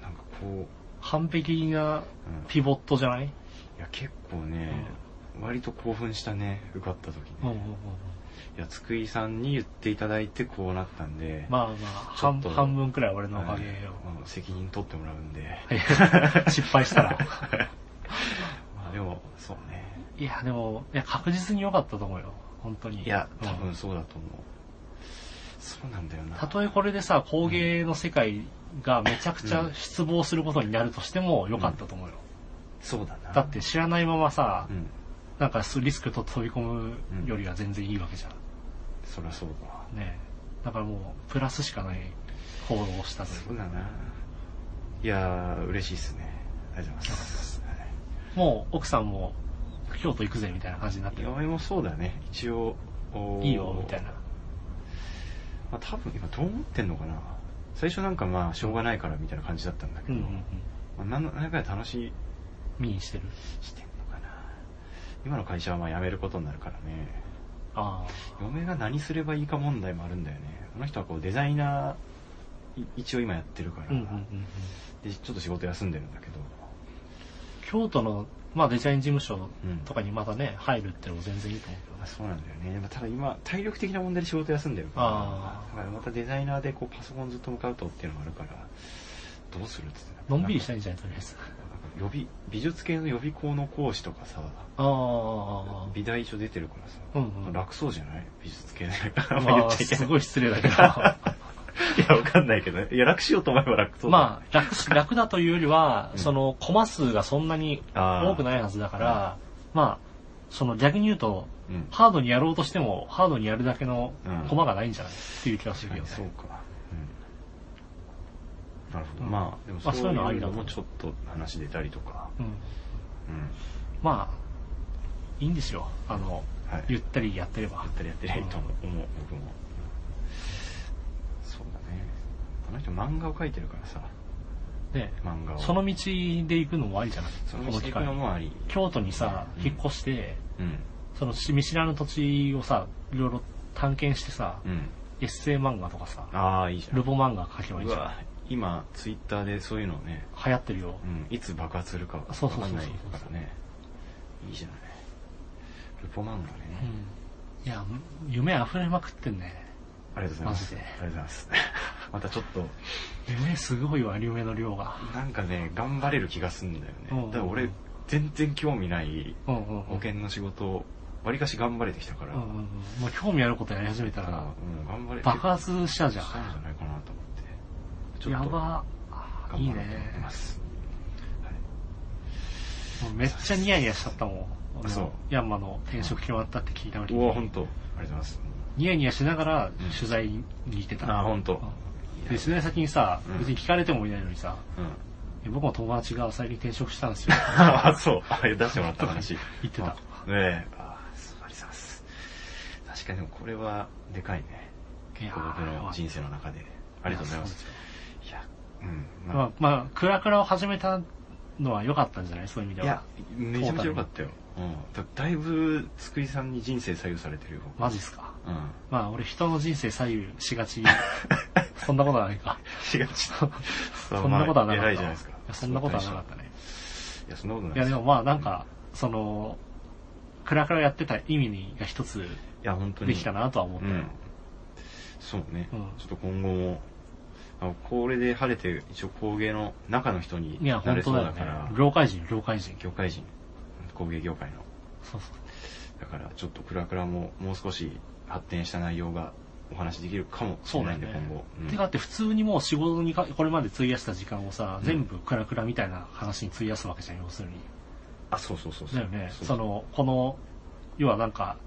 [SPEAKER 2] だ。なんかこう、
[SPEAKER 1] 完璧な
[SPEAKER 2] うん
[SPEAKER 1] ピボットじゃない
[SPEAKER 2] いや、結構ね、割と興奮したね受かった時
[SPEAKER 1] うん
[SPEAKER 2] ね、
[SPEAKER 1] うんうんうん
[SPEAKER 2] いやつくいさんに言っていただいてこうなったんで
[SPEAKER 1] まあまあ、
[SPEAKER 2] ちょ
[SPEAKER 1] 半
[SPEAKER 2] っと
[SPEAKER 1] 半分くらい俺のおか
[SPEAKER 2] はい
[SPEAKER 1] げよ。
[SPEAKER 2] まあ責任取ってもらうん で、
[SPEAKER 1] 失敗したら。
[SPEAKER 2] まあでもそうね
[SPEAKER 1] いや、でも、いや、確実に良かったと思うよ。本当に。
[SPEAKER 2] いや
[SPEAKER 1] うん
[SPEAKER 2] 多分そうだと思う、そうなんだよな
[SPEAKER 1] たとえこれでさ、工芸の世界がめちゃくちゃ失望することになるとしても良かったと思うよ。
[SPEAKER 2] そうだな
[SPEAKER 1] だって知らないままさ
[SPEAKER 2] う、ん
[SPEAKER 1] なんかリスクと飛び込むよりは全然いいわけじゃん。
[SPEAKER 2] そりゃそうだわ
[SPEAKER 1] ねえだからもう、プラスしかない行動をしたと
[SPEAKER 2] そ
[SPEAKER 1] いうう。
[SPEAKER 2] だな。いやー、嬉しいっすね。ありがとうございます。はい
[SPEAKER 1] もう、奥さんも、京都行くぜみたいな感じになってる。
[SPEAKER 2] 嫁もそうだね。一応、おー
[SPEAKER 1] いいよ、みたいな。。
[SPEAKER 2] まあ多分今どう思ってんのかな。最初なんかまあ、しょうがないからみたいな感じだったんだけ
[SPEAKER 1] う
[SPEAKER 2] ど、
[SPEAKER 1] んうんうん。
[SPEAKER 2] まあ、なんのなんか楽し
[SPEAKER 1] 見にしてる。
[SPEAKER 2] いしてんのかな。今の会社はまあ辞めることになるからね。
[SPEAKER 1] あ
[SPEAKER 2] 嫁が何すればいいか問題もあるんだよね。あの人はこうデザイナー、い一応今やってるか
[SPEAKER 1] あ。
[SPEAKER 2] ら、
[SPEAKER 1] うんうんうんうん。
[SPEAKER 2] で、ちょっと仕事休んでるんだけど、
[SPEAKER 1] 京都の、まあデザイン事務所
[SPEAKER 2] うん
[SPEAKER 1] とかにまたね、入るってのも全然いいと思うけど
[SPEAKER 2] まあ
[SPEAKER 1] ね。
[SPEAKER 2] そうなんだよね。まあただ今、体力的な問題で仕事休んでるか
[SPEAKER 1] あ
[SPEAKER 2] ら、だからまたデザイナーでこうパソコンずっと向かうとっていうのもあるから、どうするっつって。
[SPEAKER 1] のんびりした
[SPEAKER 2] い。
[SPEAKER 1] いんじゃないとりあえず。
[SPEAKER 2] なんか予備、美術系の予備校の講師とかさ、
[SPEAKER 1] ああ。
[SPEAKER 2] 美大所出てるからさ、
[SPEAKER 1] うんうん
[SPEAKER 2] 楽そうじゃない美術系で。あんま
[SPEAKER 1] ま
[SPEAKER 2] 言っ
[SPEAKER 1] あ、
[SPEAKER 2] ちゃいけな
[SPEAKER 1] す
[SPEAKER 2] い。
[SPEAKER 1] ごい失礼だ けど。
[SPEAKER 2] いや、わかんないけどね。いや、楽しようと思えば楽そうだ。
[SPEAKER 1] まあ、楽し、楽だというよりは、その、コマ数がそんなに
[SPEAKER 2] あー
[SPEAKER 1] 多くないはずだから、まあ、その逆に言うと、
[SPEAKER 2] うん。
[SPEAKER 1] ハードにやろうとしても、ハードにやるだけの
[SPEAKER 2] うん
[SPEAKER 1] コマがないんじゃないっていう気がするけどね。
[SPEAKER 2] そうか。うん。なるほど。
[SPEAKER 1] うん
[SPEAKER 2] まあ、でも
[SPEAKER 1] まあそういうのはありだと
[SPEAKER 2] も
[SPEAKER 1] 思う
[SPEAKER 2] ちょっと話出たりとか。
[SPEAKER 1] うん。
[SPEAKER 2] うん。
[SPEAKER 1] まあ、いいんですよ。あの、
[SPEAKER 2] はい。
[SPEAKER 1] ゆったりやってれば
[SPEAKER 2] やっ。たりやってりゃいいと思う、思う僕も。そうだね。あの人漫画を描いてるからさ、
[SPEAKER 1] ね
[SPEAKER 2] 漫画を。
[SPEAKER 1] その道で行くのもありじゃない
[SPEAKER 2] その
[SPEAKER 1] この
[SPEAKER 2] 道で
[SPEAKER 1] 機
[SPEAKER 2] 行くの
[SPEAKER 1] 会。
[SPEAKER 2] もあり。
[SPEAKER 1] 京都にさ、
[SPEAKER 2] うん
[SPEAKER 1] 引っ越して、
[SPEAKER 2] うん。
[SPEAKER 1] その見知らぬ土地をさ、いろいろ探検してさ、
[SPEAKER 2] うん。
[SPEAKER 1] エッセイ漫画とかさ、
[SPEAKER 2] ああ、いいじゃん。
[SPEAKER 1] ルボ漫画書けばいいうじゃん。
[SPEAKER 2] わ、今、ツイッターでそういうのをね、
[SPEAKER 1] 流行ってるよ。
[SPEAKER 2] うん、いつ爆発するかわ
[SPEAKER 1] そうそうそう
[SPEAKER 2] か
[SPEAKER 1] そう
[SPEAKER 2] んないからね。いいじゃない。ルポ漫画ね。
[SPEAKER 1] うん。いや、夢溢れまくってんね。
[SPEAKER 2] ありがとうございます。あ
[SPEAKER 1] マジで
[SPEAKER 2] りがとうございます。 またちょっと、
[SPEAKER 1] 夢すごいわ、夢の量が。
[SPEAKER 2] なんかね、頑張れる気がすんだよ
[SPEAKER 1] うん
[SPEAKER 2] ね。だから俺、全然興味ない
[SPEAKER 1] うんうん
[SPEAKER 2] 保険の仕事を、わりかし頑張れてきたから、
[SPEAKER 1] うんうんうん。もう興味あることやり始めた
[SPEAKER 2] だから、
[SPEAKER 1] ら、
[SPEAKER 2] うん、頑張れ。
[SPEAKER 1] 爆発したじゃ
[SPEAKER 2] したんじゃないかなと思って。
[SPEAKER 1] ん。やば。
[SPEAKER 2] 頑
[SPEAKER 1] いい
[SPEAKER 2] 張ろうと思って
[SPEAKER 1] ね。
[SPEAKER 2] ます。
[SPEAKER 1] もうめっちゃニヤニヤしちゃったもん。
[SPEAKER 2] あそう
[SPEAKER 1] ヤンマの転職決まったって聞いた時
[SPEAKER 2] うわ、
[SPEAKER 1] に。
[SPEAKER 2] ほんと。ありがとうございます。
[SPEAKER 1] ニヤニヤしながら
[SPEAKER 2] うん
[SPEAKER 1] 取材に行ってた。
[SPEAKER 2] あ、ほんと。
[SPEAKER 1] で、取材先にさ
[SPEAKER 2] う、ん
[SPEAKER 1] 別に聞かれてもいないのにさ、
[SPEAKER 2] うん。
[SPEAKER 1] え僕も友達が最近転職したん ですよ。
[SPEAKER 2] あ、そう。あ、出してもらった話。
[SPEAKER 1] 言ってた
[SPEAKER 2] あねえ。あ、そうありがとうございます。確かにでもこれは、でかいね。結構僕
[SPEAKER 1] いや
[SPEAKER 2] の
[SPEAKER 1] ー
[SPEAKER 2] 人生の中で。ありがとうございます。。いや、うん。
[SPEAKER 1] まあ、まあ、クラクラを始めたのは良かったんじゃないそういう意味
[SPEAKER 2] い
[SPEAKER 1] で
[SPEAKER 2] や
[SPEAKER 1] は。、
[SPEAKER 2] めちゃめちゃ良かったよ。うん。だだいぶ、つくりさんに人生左右されてるよ。
[SPEAKER 1] マジっすか。
[SPEAKER 2] うん。
[SPEAKER 1] まあ、俺人の人生左右しが ち。そんなことはないか。
[SPEAKER 2] 違う、ちょっと。
[SPEAKER 1] そんなことはなかった。
[SPEAKER 2] 偉いじゃないですか
[SPEAKER 1] いや。そんなことはなかったね。
[SPEAKER 2] いや、そんなことない
[SPEAKER 1] い
[SPEAKER 2] で
[SPEAKER 1] や、
[SPEAKER 2] す
[SPEAKER 1] で
[SPEAKER 2] よ
[SPEAKER 1] もまあ、なんか、その、クラクラやってた意味が一つ
[SPEAKER 2] いや、本当に。
[SPEAKER 1] できたなとは思っ
[SPEAKER 2] う
[SPEAKER 1] たよ。
[SPEAKER 2] ん。そうね。
[SPEAKER 1] うん
[SPEAKER 2] ちょっと今後も、あこれで晴れて、一応工芸の中の人に
[SPEAKER 1] いや、
[SPEAKER 2] な
[SPEAKER 1] 本
[SPEAKER 2] れ
[SPEAKER 1] 当
[SPEAKER 2] そう
[SPEAKER 1] だ
[SPEAKER 2] だ
[SPEAKER 1] よ
[SPEAKER 2] か
[SPEAKER 1] ね
[SPEAKER 2] ら、。
[SPEAKER 1] 業界人、業界人。
[SPEAKER 2] 業界人、工芸業界の。
[SPEAKER 1] そうそう。
[SPEAKER 2] だから、ちょっとクラクラももう少し発展した内容がお話できるかもし
[SPEAKER 1] そ
[SPEAKER 2] れ
[SPEAKER 1] うだ
[SPEAKER 2] ない
[SPEAKER 1] よ
[SPEAKER 2] んで、
[SPEAKER 1] ね
[SPEAKER 2] 今後。。うん
[SPEAKER 1] てかだって普通にもう仕事にかこれまで費やした時間をさ、全部クラクラみたいな話に費やすわけじゃん、要するに。
[SPEAKER 2] あ、そうそうそうそう。
[SPEAKER 1] だよね。
[SPEAKER 2] そう
[SPEAKER 1] その、この、要はなんか、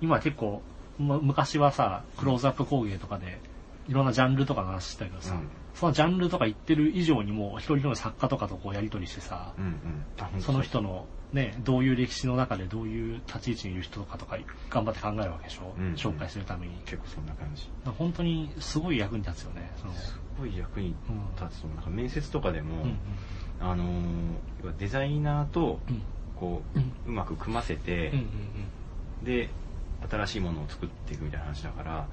[SPEAKER 1] 今結構、む昔はさ、クローズアップ工芸とかで、いろんなジャンルとかの話してたけどさ、
[SPEAKER 2] うん
[SPEAKER 1] そのジャンルとか言ってる以上にもう一人一人の作家とかとこうやりとりしてさ、
[SPEAKER 2] うんうん。あ本当
[SPEAKER 1] その人のね、どういう歴史の中でどういう立ち位置にいる人とかとか頑張って考えるわけでしょ、
[SPEAKER 2] うんうん
[SPEAKER 1] 紹介するために。だか
[SPEAKER 2] 結構そんな感じ。
[SPEAKER 1] ら本当にすごい役に立つよね。その
[SPEAKER 2] すごい役に立つと思うなんか面接とかでも、
[SPEAKER 1] うん
[SPEAKER 2] あのー要はデザイナーと
[SPEAKER 1] うん
[SPEAKER 2] こ
[SPEAKER 1] う
[SPEAKER 2] う、
[SPEAKER 1] ん
[SPEAKER 2] うまく組ませて、
[SPEAKER 1] うんうん
[SPEAKER 2] で新しいものを作っていくみたいな話だから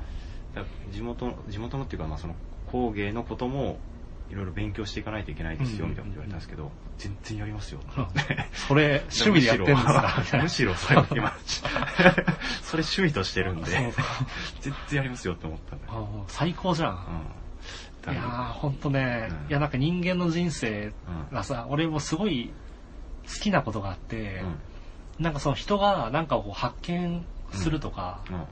[SPEAKER 2] だから地元の地元のっていうか、まあ、その工芸のこともいろいろ勉強していかないといけないですよ、
[SPEAKER 1] うん
[SPEAKER 2] みたいなこと言われたんですけど、全然やりますよ。
[SPEAKER 1] それ、趣味でやってるんですかみたい な
[SPEAKER 2] むしろ、むしろそう今、それ趣味としてるんで、
[SPEAKER 1] そうそう
[SPEAKER 2] 全然やりますよって思ったんだよ。
[SPEAKER 1] あもう最高じゃ。
[SPEAKER 2] うんん。だ
[SPEAKER 1] い
[SPEAKER 2] か
[SPEAKER 1] やー、
[SPEAKER 2] ら
[SPEAKER 1] ほんとね、
[SPEAKER 2] うん
[SPEAKER 1] いや、なんか人間の人生
[SPEAKER 2] うん
[SPEAKER 1] がさ、俺もすごい好きなことがあって、
[SPEAKER 2] うん
[SPEAKER 1] なんかその人がなんかこう発見するとか、
[SPEAKER 2] うん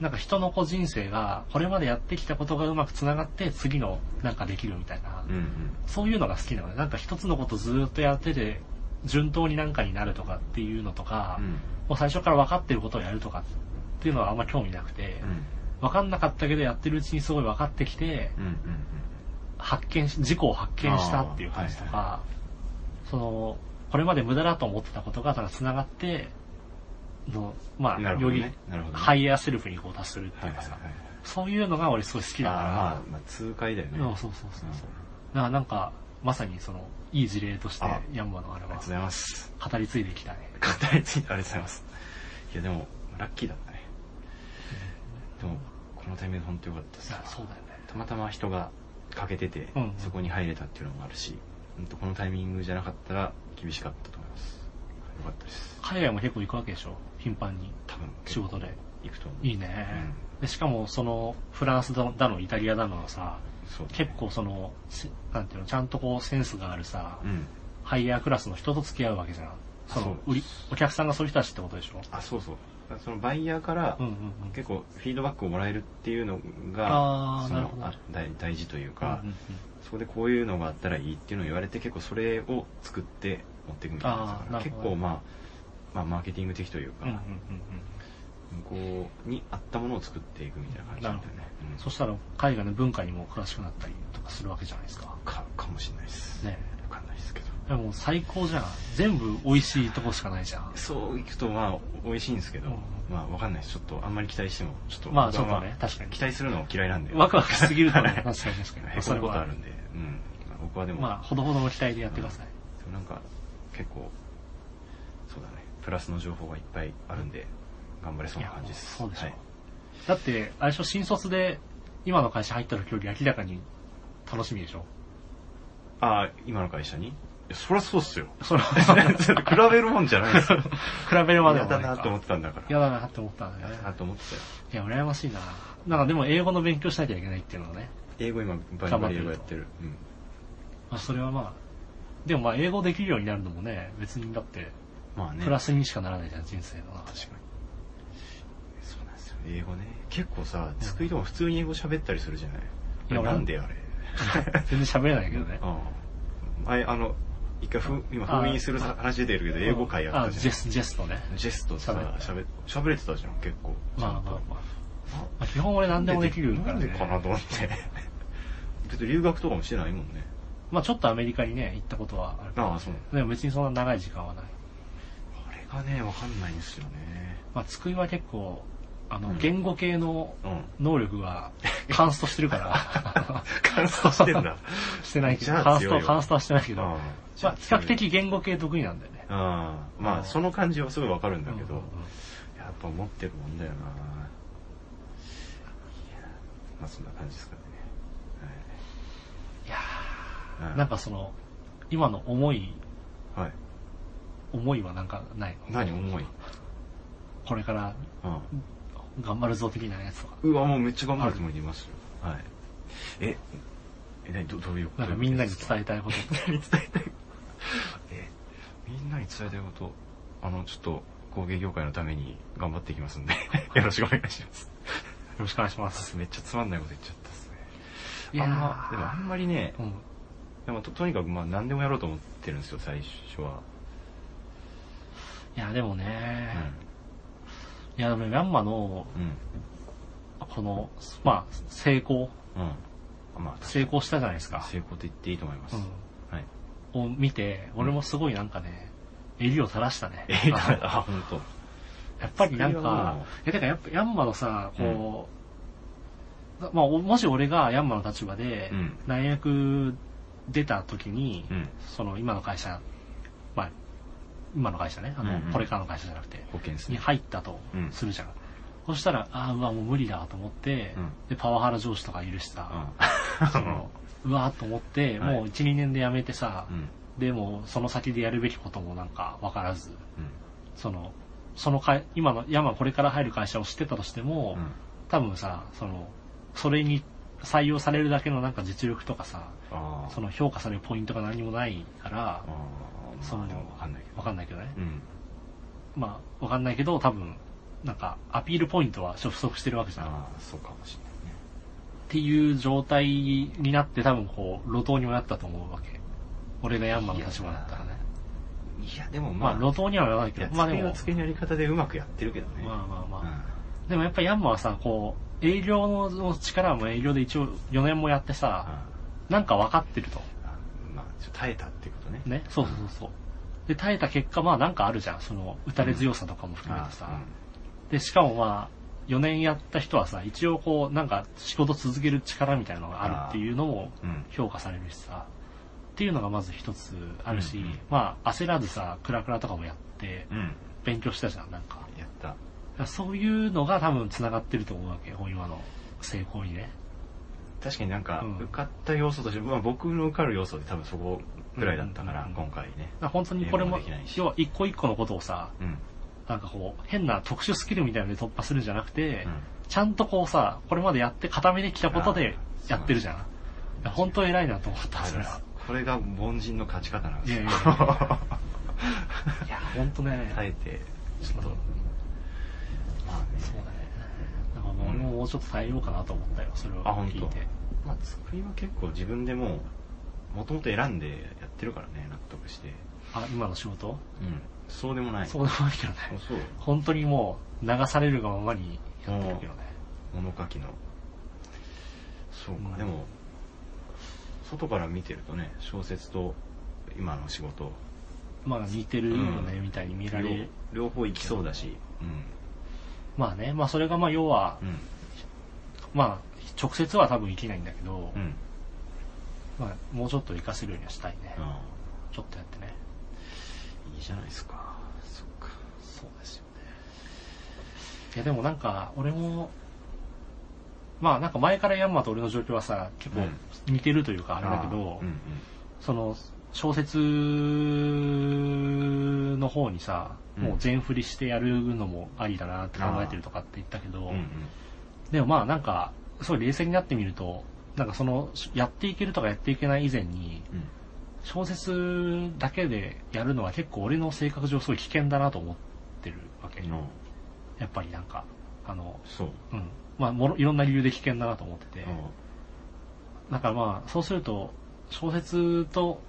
[SPEAKER 1] なんか人のこう人生が、これまでやってきたことがうまく繋がって、次のなんかできるみたいな、
[SPEAKER 2] うんうん
[SPEAKER 1] そういうのが好きなのね。なんか一つのことずーっとやってて、順当になんかになるとかっていうのとか、
[SPEAKER 2] うん
[SPEAKER 1] もう最初から分かってることをやるとかっていうのはあんま興味なくて、
[SPEAKER 2] うん
[SPEAKER 1] 分かんなかったけどやってるうちにすごい分かってきて、
[SPEAKER 2] うんうん
[SPEAKER 1] 発見し、事故を発見したっていう感じと
[SPEAKER 2] あーは
[SPEAKER 1] か、その、これまで無駄だと思ってたことが、なんか繋がって、の、ま
[SPEAKER 2] う
[SPEAKER 1] あ、
[SPEAKER 2] んなるほ
[SPEAKER 1] よ
[SPEAKER 2] ど
[SPEAKER 1] り
[SPEAKER 2] ね、。なるほどね。
[SPEAKER 1] ハイヤーセルフにこう達するって
[SPEAKER 2] はいいうは
[SPEAKER 1] か
[SPEAKER 2] い
[SPEAKER 1] さ、
[SPEAKER 2] はい。
[SPEAKER 1] そういうのが俺すごい好きだ
[SPEAKER 2] あ
[SPEAKER 1] か
[SPEAKER 2] ーまあ、まあ、痛快だよね。
[SPEAKER 1] ら、うんそうそうそうそう。だからなんか、まさにその、いい事例として
[SPEAKER 2] あ、
[SPEAKER 1] ヤンマのあれ
[SPEAKER 2] ありが
[SPEAKER 1] は
[SPEAKER 2] とうご、ざいます。
[SPEAKER 1] 語り継いできたね。
[SPEAKER 2] 語りついてありがとうございます。いや、でも、ラッキーだったね。でも、このタイミングで本当よかった
[SPEAKER 1] いや
[SPEAKER 2] さ。
[SPEAKER 1] そうだよね。
[SPEAKER 2] たまたま人が欠けてて、
[SPEAKER 1] うんうん
[SPEAKER 2] そこに入れたっていうのもあるし、ほんとこのタイミングじゃなかったら厳しかったと思います。よかったです。
[SPEAKER 1] 海外も結構行くわけでしょ頻繁に。
[SPEAKER 2] 多分、
[SPEAKER 1] 仕事で。
[SPEAKER 2] 行くと思う。
[SPEAKER 1] いいね。でしかも、その、フランスだの、イタリアだのさ、
[SPEAKER 2] そうだね
[SPEAKER 1] 結構その、しなんていうの、ちゃんとこう、センスがあるさ、
[SPEAKER 2] うん。
[SPEAKER 1] ハイヤークラスの人と付き合うわけじゃん。そ
[SPEAKER 2] そ
[SPEAKER 1] の
[SPEAKER 2] うで、す
[SPEAKER 1] 売り、お客さんがそういう人たちってことでしょ
[SPEAKER 2] あ、そうそう。だからそのバイヤーから、
[SPEAKER 1] うんうんうん。
[SPEAKER 2] 結構フィードバックをもらえるっていうの
[SPEAKER 1] あ
[SPEAKER 2] が
[SPEAKER 1] ー
[SPEAKER 2] そ
[SPEAKER 1] なる
[SPEAKER 2] の
[SPEAKER 1] ほど
[SPEAKER 2] あ大大事というか、
[SPEAKER 1] うんうんうん
[SPEAKER 2] そこでこういうのがあったらいいっていうのを言われて結構それを作って持っていくみたいなやつだから
[SPEAKER 1] あーなる
[SPEAKER 2] 結
[SPEAKER 1] ほど
[SPEAKER 2] 構まあ、まあ、マーケティング的というか、
[SPEAKER 1] うんうんうん
[SPEAKER 2] 向こうに合ったものを作っていくみたいな感じなんだよね
[SPEAKER 1] な、
[SPEAKER 2] う
[SPEAKER 1] うんん。そしたら、海外の文化にも詳しくなったりとかするわけじゃないですか。
[SPEAKER 2] かかもしれないです
[SPEAKER 1] ね
[SPEAKER 2] わかんないですけど
[SPEAKER 1] でも最高じゃん。全部美味しいとこしかないじゃん。
[SPEAKER 2] そういくとまあ美味しいんですけど、
[SPEAKER 1] うん
[SPEAKER 2] まあわかんないですちょっとあんまり期待してもちょっと
[SPEAKER 1] まあちょっ
[SPEAKER 2] 僕は
[SPEAKER 1] とね、確かに
[SPEAKER 2] 期。待するの嫌いなんで
[SPEAKER 1] ワクワクしすぎると ね、確かに確かに。ま
[SPEAKER 2] へ
[SPEAKER 1] あそ
[SPEAKER 2] こ
[SPEAKER 1] れ
[SPEAKER 2] ること
[SPEAKER 1] は
[SPEAKER 2] あるんで、うん、まあ僕はでも、
[SPEAKER 1] まあ、ほどほどの期待でやってください。
[SPEAKER 2] でもなんか結構そうだねプラスの情報がいっぱいあるんで頑張れそうな感じです
[SPEAKER 1] いやもうそうでしょ
[SPEAKER 2] はい、
[SPEAKER 1] だって、あれでしょ、新卒で今の会社入った時より明らかに楽しみでしょ
[SPEAKER 2] ああ今の会社にいやそりゃそうっすよ
[SPEAKER 1] それは、
[SPEAKER 2] 比べるもんじゃな いですよ
[SPEAKER 1] 比べるまで
[SPEAKER 2] 嫌
[SPEAKER 1] もな
[SPEAKER 2] だ
[SPEAKER 1] いか。
[SPEAKER 2] なと思ってたんだから
[SPEAKER 1] 嫌だなって思ったんだ
[SPEAKER 2] 嫌
[SPEAKER 1] ね
[SPEAKER 2] だ。なと思ってたよ
[SPEAKER 1] いや、羨ましいな。なんかでも英語の勉強しなきゃいけないっていうのはね。
[SPEAKER 2] 英語今バリバリ英語やってるうん
[SPEAKER 1] まあ、それはまあ、でもまあ、英語できるようになるのもね、別にだって、
[SPEAKER 2] まあね
[SPEAKER 1] プラスにしかならないじゃん、人生の 中で。
[SPEAKER 2] 確かにそうなんですよ英語ね結構さ机でも普通に英語喋ったりするじゃないあれなんであれ
[SPEAKER 1] 全然喋れないけどね。
[SPEAKER 2] うん前あの一回ふ今封印する
[SPEAKER 1] あ
[SPEAKER 2] 話出てるけど英語会やった
[SPEAKER 1] あ、
[SPEAKER 2] じゃん
[SPEAKER 1] ジェス、ジェストね。
[SPEAKER 2] ジェストさ、喋
[SPEAKER 1] 喋
[SPEAKER 2] 喋れてたじゃん、結構。
[SPEAKER 1] まあまあ
[SPEAKER 2] ちゃんと
[SPEAKER 1] まあ。まあ、基本俺何でもできるから、
[SPEAKER 2] なん
[SPEAKER 1] ね。
[SPEAKER 2] でかなと思って。別に留学とかもしてないもんね。
[SPEAKER 1] まあちょっとアメリカにね、行ったことはあるけど
[SPEAKER 2] ああ、そう。
[SPEAKER 1] でも別にそんな長い時間はない。
[SPEAKER 2] あれがね、わかんないんですよね。
[SPEAKER 1] まあ、つくいは結構、あ
[SPEAKER 2] う
[SPEAKER 1] の
[SPEAKER 2] ん、
[SPEAKER 1] 言語系の
[SPEAKER 2] うん。
[SPEAKER 1] 能力が、カンストしてる から、
[SPEAKER 2] 乾燥してんだ。
[SPEAKER 1] してないけ
[SPEAKER 2] じ
[SPEAKER 1] ど、
[SPEAKER 2] ゃあ
[SPEAKER 1] カンス
[SPEAKER 2] 強い
[SPEAKER 1] ト、
[SPEAKER 2] わ
[SPEAKER 1] カンストはしてないけ
[SPEAKER 2] うん
[SPEAKER 1] ど、まあ、比較。的言語系得意なんだよね。
[SPEAKER 2] ああ、まあ、その感じはすごいわかるんだけ
[SPEAKER 1] うん
[SPEAKER 2] ど
[SPEAKER 1] うん、
[SPEAKER 2] やっぱ持ってるもんだよな。いやまあ、そんな感じですかね。
[SPEAKER 1] うんいや
[SPEAKER 2] はい
[SPEAKER 1] ーなん、かその、今の思い、
[SPEAKER 2] うんはい。
[SPEAKER 1] 思いはなんかないの
[SPEAKER 2] 何重い
[SPEAKER 1] これから
[SPEAKER 2] うん。
[SPEAKER 1] 頑張るぞ的なやつとか。
[SPEAKER 2] うわ、もうめっちゃ頑張るつもりでいますよ。はい。え、え、何どどういうこと
[SPEAKER 1] なんかみんなに
[SPEAKER 2] え。
[SPEAKER 1] 伝えたいこと って。
[SPEAKER 2] みんなに伝えたい。え、みんなに伝えたいこと、あの、ちょっと工芸業界のために頑張っていきますんで、 よろしくお願いします。
[SPEAKER 1] よろしくお願いします。
[SPEAKER 2] めっちゃつまんないこと言っちゃったっすね。
[SPEAKER 1] いや
[SPEAKER 2] あんま、でもあ
[SPEAKER 1] ー
[SPEAKER 2] んまりね、
[SPEAKER 1] うん。
[SPEAKER 2] でもととにかくまあ何でもやろうと思ってるんですよ、最初は。
[SPEAKER 1] いや、でも
[SPEAKER 2] う
[SPEAKER 1] ね
[SPEAKER 2] ん。、
[SPEAKER 1] いや、でもヤンマの、
[SPEAKER 2] う
[SPEAKER 1] この、まあ、成功、
[SPEAKER 2] ん。うん。あまあ、
[SPEAKER 1] 成功したじゃないですか。
[SPEAKER 2] 成功と言っていいと思います。
[SPEAKER 1] うん
[SPEAKER 2] はい。
[SPEAKER 1] を見て、俺もすごいなんかね、襟を垂らしたね。
[SPEAKER 2] えー、
[SPEAKER 1] あ
[SPEAKER 2] あ、本当。
[SPEAKER 1] やっぱりなん
[SPEAKER 2] それは
[SPEAKER 1] か
[SPEAKER 2] もう、
[SPEAKER 1] え、だからやっぱヤンマのさ、こう、まあ、おもし俺がヤンマの立場で
[SPEAKER 2] うん、
[SPEAKER 1] 大学出た時に、
[SPEAKER 2] うん。
[SPEAKER 1] その今の会社、まあ、今の会社ね、あ
[SPEAKER 2] う
[SPEAKER 1] の
[SPEAKER 2] んうん、
[SPEAKER 1] これからの会社じゃなくて、
[SPEAKER 2] 保険です
[SPEAKER 1] に
[SPEAKER 2] ね。
[SPEAKER 1] 入ったと
[SPEAKER 2] うん
[SPEAKER 1] するじゃん。そしたら、ああ、うわ、もう無理だと思って、
[SPEAKER 2] うん
[SPEAKER 1] で、パワハラ上司とか許してさ、
[SPEAKER 2] う
[SPEAKER 1] そ
[SPEAKER 2] ん。
[SPEAKER 1] の、うわーっと思って、
[SPEAKER 2] はい
[SPEAKER 1] もう1、2年で辞めてさ、
[SPEAKER 2] うん。
[SPEAKER 1] でも、その先でやるべきこともなんか分からず、
[SPEAKER 2] うん。
[SPEAKER 1] その、その会、今の、山これから入る会社を知ってたとしても、
[SPEAKER 2] うん
[SPEAKER 1] 多分さ、その、それに採用されるだけのなんか実力とかさ、
[SPEAKER 2] ああ。
[SPEAKER 1] その評価されるポイントが何もないから
[SPEAKER 2] あ、あ。
[SPEAKER 1] そ
[SPEAKER 2] そ
[SPEAKER 1] の
[SPEAKER 2] うでもわかんないけど。
[SPEAKER 1] わかんないけどね。
[SPEAKER 2] うん。
[SPEAKER 1] まあ、わかんないけど、多分、なんか、アピールポイントは不足してるわけじゃん。っ
[SPEAKER 2] ああ、そうかもしれないね。
[SPEAKER 1] ていう状態になって、多分こう、路頭にもなったと思うわけ。俺がヤンマの立場だったらね。
[SPEAKER 2] いや、でも
[SPEAKER 1] まあ、
[SPEAKER 2] まあ、
[SPEAKER 1] 路頭にはならない
[SPEAKER 2] い
[SPEAKER 1] け
[SPEAKER 2] や
[SPEAKER 1] ど、まあで
[SPEAKER 2] 机
[SPEAKER 1] も、
[SPEAKER 2] の
[SPEAKER 1] ま
[SPEAKER 2] 机のやり方でうまくやってるけどね。
[SPEAKER 1] あまあまあ。でもやっぱヤンマはさ、こう、営業の力も営業で一応4年もやって
[SPEAKER 2] うん
[SPEAKER 1] さ、
[SPEAKER 2] あ
[SPEAKER 1] なんか分かってると。
[SPEAKER 2] あまあ、ちょっと耐えたっていうことね。
[SPEAKER 1] ね。そうそうそうそう。で、耐えた結果、まあなんかあるじゃん。その、打たれ強さとかも含め
[SPEAKER 2] あ
[SPEAKER 1] てさ。
[SPEAKER 2] あ、
[SPEAKER 1] で、しかもまあ、4年やった人はさ、一応こう、なんか仕事続ける力みたいなのがあるっていうのも
[SPEAKER 2] うん。うん。
[SPEAKER 1] 評価されるしさ、っていうのがまず一つあるし、
[SPEAKER 2] うんうん
[SPEAKER 1] まあ、焦らずさ、クラクラとかもやって、
[SPEAKER 2] うん。
[SPEAKER 1] 勉強したじゃん、なんか。だか
[SPEAKER 2] やった。
[SPEAKER 1] らそういうのが多分繋がってると思うわけよ、今の成功にね。
[SPEAKER 2] 確かになんか
[SPEAKER 1] うん、
[SPEAKER 2] 受かった要素として、まあ僕の受かる要素で多分そこぐらいだったか
[SPEAKER 1] うん
[SPEAKER 2] ら
[SPEAKER 1] う、ん
[SPEAKER 2] 今回ね。
[SPEAKER 1] だから本当にこれ
[SPEAKER 2] 英語
[SPEAKER 1] も
[SPEAKER 2] もできない、し
[SPEAKER 1] 要は一個一個のことをさ、
[SPEAKER 2] うん。
[SPEAKER 1] なんかこう、変な特殊スキルみたいなので突破するんじゃなくて、
[SPEAKER 2] うん
[SPEAKER 1] ちゃんとこうさ、これまでやって固めてきたことで
[SPEAKER 2] あー
[SPEAKER 1] やってるじゃん。いや本当偉いなと思った、それは。
[SPEAKER 2] これが凡人の勝ち方なんですよ
[SPEAKER 1] いやいやいや。いや、本当ね。
[SPEAKER 2] 耐えて、ちょっと
[SPEAKER 1] うん、
[SPEAKER 2] まあね
[SPEAKER 1] そうだね。なんかもう俺ももうちょっと耐えようかなと思ったよ、それを
[SPEAKER 2] あ、本
[SPEAKER 1] 聞いて。
[SPEAKER 2] 当。まあ、作りは結構自分でもう、もともと選んでやってるからね、納得して。
[SPEAKER 1] あ、今の仕事
[SPEAKER 2] うん。そうでもない。
[SPEAKER 1] そうでもないけどね。
[SPEAKER 2] あそう。
[SPEAKER 1] 本当にもう流されるがままにやってるけどね。
[SPEAKER 2] 物書きの。そうか、
[SPEAKER 1] うん
[SPEAKER 2] でも、外から見てるとね、小説と今の仕事、
[SPEAKER 1] まあ似てるよね、
[SPEAKER 2] うん
[SPEAKER 1] みたいに見られる。
[SPEAKER 2] 両両方行きそうだし、うん。
[SPEAKER 1] まあね、まあそれがまあ要は、
[SPEAKER 2] うん。
[SPEAKER 1] まあ直接は多分生きないんだけど、
[SPEAKER 2] うん。
[SPEAKER 1] まあもうちょっと活かせるようにはしたいね。
[SPEAKER 2] あ
[SPEAKER 1] ちょっとやってね。
[SPEAKER 2] あ、いいじゃないですか。そっか。
[SPEAKER 1] そうですよね。いやでもなんか、俺も、まあなんか前からヤンマと俺の状況はさ、結構似てるというかあれだけど、
[SPEAKER 2] あーうんうん。
[SPEAKER 1] その小説の方にさ、
[SPEAKER 2] うん
[SPEAKER 1] もう全振りしてやるのもありだなって考えてるとかって言ったけど、
[SPEAKER 2] うんうん
[SPEAKER 1] でもまあなんか、すごい冷静になってみると、なんかその、やっていけるとかやっていけない以前に、
[SPEAKER 2] うん。
[SPEAKER 1] 小説だけでやるのは結構俺の性格上すごい危険だなと思ってるわけ。
[SPEAKER 2] うん
[SPEAKER 1] やっぱりなんか、あの、
[SPEAKER 2] そう。
[SPEAKER 1] うん。まあ、もろいろんな理由で危険だなと思ってて。
[SPEAKER 2] うん
[SPEAKER 1] だからまあ、そうすると、小説と、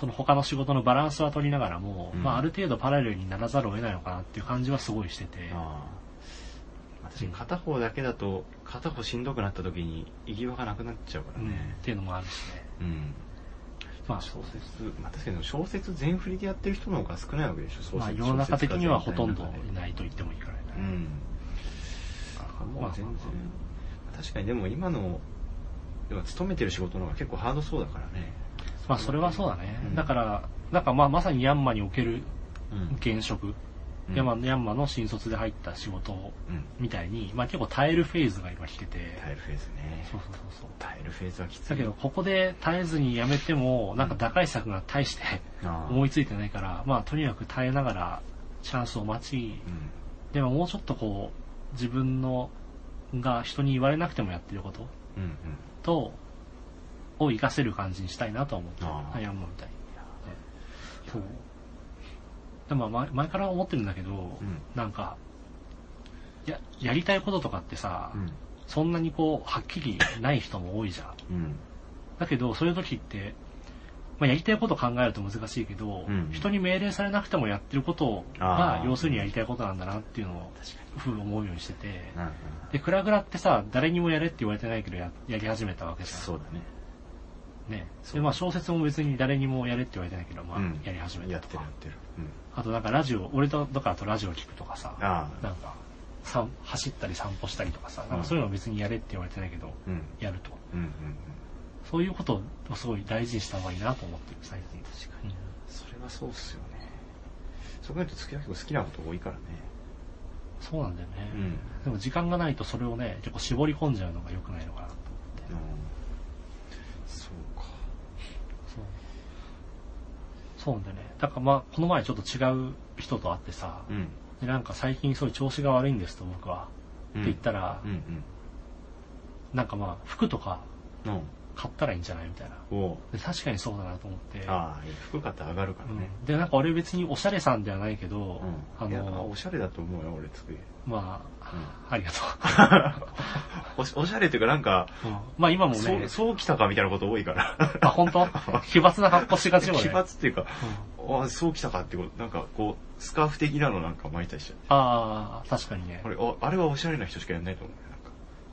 [SPEAKER 1] その他の仕事のバランスは取りながらも、
[SPEAKER 2] うん
[SPEAKER 1] まあ、ある程度パラレルにならざるを得ないのかなっていう感じはすごいしてて。
[SPEAKER 2] ああ確かに片方だけだと片方しんどくなった時に行き場がなくなっちゃうか
[SPEAKER 1] う
[SPEAKER 2] ら
[SPEAKER 1] ん。っ
[SPEAKER 2] ね
[SPEAKER 1] ていうのもあるしね。
[SPEAKER 2] うん、
[SPEAKER 1] まあ、
[SPEAKER 2] 小説、まあ、確かに小説全振りでやってる人の方が少ないわけでしょ小説、
[SPEAKER 1] まあ、世の中的にはほとんど
[SPEAKER 2] 小説家全体の
[SPEAKER 1] いないと言ってもいいくらい
[SPEAKER 2] 中
[SPEAKER 1] だ
[SPEAKER 2] でう
[SPEAKER 1] ね。
[SPEAKER 2] んあもう全然、
[SPEAKER 1] まあま
[SPEAKER 2] 確かにでも今の要は勤めてる仕事の方が結構ハードそうだからね
[SPEAKER 1] まあ、それはそうだね。
[SPEAKER 2] うん
[SPEAKER 1] だから、なんかまあ、まさにヤンマにおける
[SPEAKER 2] うん
[SPEAKER 1] 現職、
[SPEAKER 2] うん
[SPEAKER 1] ヤンマヤンマの新卒で入った仕事
[SPEAKER 2] うん
[SPEAKER 1] みたいに、まあ結構耐えるフェーズが今来てて。
[SPEAKER 2] 耐えるフェーズね
[SPEAKER 1] そうそうそうそう。
[SPEAKER 2] 耐えるフェーズはきつい
[SPEAKER 1] だけど、ここで耐えずにやめても、なんか打開策が大して
[SPEAKER 2] ああ
[SPEAKER 1] 思いついてないから、まあとにかく耐えながらチャンスを待ち、
[SPEAKER 2] うん
[SPEAKER 1] でももうちょっとこう、自分の、が人に言われなくてもやってること
[SPEAKER 2] うんうん
[SPEAKER 1] と、を活かせる感じにしたいなとは思ってる
[SPEAKER 2] あ。あ
[SPEAKER 1] ヤンマみたいに。そう。でもまあ前前から思ってるんだけど、
[SPEAKER 2] うん
[SPEAKER 1] なんか、や、やりたいこととかってさ、
[SPEAKER 2] うん
[SPEAKER 1] そんなにこう、はっきりない人も多いじゃん。
[SPEAKER 2] うん
[SPEAKER 1] だけど、そういう時って、まあ、やりたいことを考えると難しいけど、
[SPEAKER 2] うん
[SPEAKER 1] 人に命令されなくてもやってること
[SPEAKER 2] あ
[SPEAKER 1] が、
[SPEAKER 2] ー
[SPEAKER 1] 要するにやりたいことなんだなっていうのを、ふう思うようにしてて、
[SPEAKER 2] うんうん
[SPEAKER 1] で、クラグラってさ、誰にもやれって言われてないけどや、やり始めたわけじゃ
[SPEAKER 2] そうだね
[SPEAKER 1] ん。ね。
[SPEAKER 2] そう
[SPEAKER 1] で、まあ、小説も別に誰にもやれって言われてないけど、まあ
[SPEAKER 2] うん、
[SPEAKER 1] やり始め
[SPEAKER 2] や
[SPEAKER 1] たと
[SPEAKER 2] ってる
[SPEAKER 1] か。
[SPEAKER 2] やってる、うん、
[SPEAKER 1] あと、なんかラジオ、俺と、だからとラジオ聞くとかさ、
[SPEAKER 2] ああ
[SPEAKER 1] なんか、さん走ったり散歩したりとかさ、なん
[SPEAKER 2] う
[SPEAKER 1] か
[SPEAKER 2] ん
[SPEAKER 1] そういうの別にやれって言われてないけど、
[SPEAKER 2] うんうん
[SPEAKER 1] やると。
[SPEAKER 2] うんうん
[SPEAKER 1] そういうことをすごい大事にした方がいいなと思ってる、最近。
[SPEAKER 2] 確かにそれはそうっすよねそこだと月は結構好きなこと多いからね
[SPEAKER 1] そうなんだよね。
[SPEAKER 2] うん。
[SPEAKER 1] でも時間がないとそれをね、結構絞り込んじゃうのが良くないのかなと思って。
[SPEAKER 2] うんそうか。
[SPEAKER 1] そう。そうなんだよね。だからまあ、この前ちょっと違う人と会ってさ、
[SPEAKER 2] うん。
[SPEAKER 1] でなんか最近そういう調子が悪いんですと僕は、
[SPEAKER 2] うん
[SPEAKER 1] って言ったら、
[SPEAKER 2] うんうん。
[SPEAKER 1] なんかまあ、服とか
[SPEAKER 2] うん。
[SPEAKER 1] 買ったらいいんじゃないみたいな。
[SPEAKER 2] おう
[SPEAKER 1] で確かにそうだなと思って。
[SPEAKER 2] ああ、いや服買って上がるからね。
[SPEAKER 1] うんで、なんか俺別におしゃれさんではないけど、
[SPEAKER 2] う
[SPEAKER 1] あ
[SPEAKER 2] ん。いや、
[SPEAKER 1] の
[SPEAKER 2] お、しゃれだと思うよ、俺、つくり。
[SPEAKER 1] まあ、ありがと
[SPEAKER 2] おしおしゃれっていうか、なんか、
[SPEAKER 1] う。うんまあ今もね、
[SPEAKER 2] そう、そう来たかみたいなこと多い から。
[SPEAKER 1] あ、本 当奇抜な格好しがち
[SPEAKER 2] 奇
[SPEAKER 1] よね。
[SPEAKER 2] 抜っていうか、あそう来たかってこと、なんかこう、スカーフ的なのなんか巻いたりしちゃって。
[SPEAKER 1] ああ、確かにね
[SPEAKER 2] あ。れ、ああれはおしゃれな人しかやんないと思うよ。なんか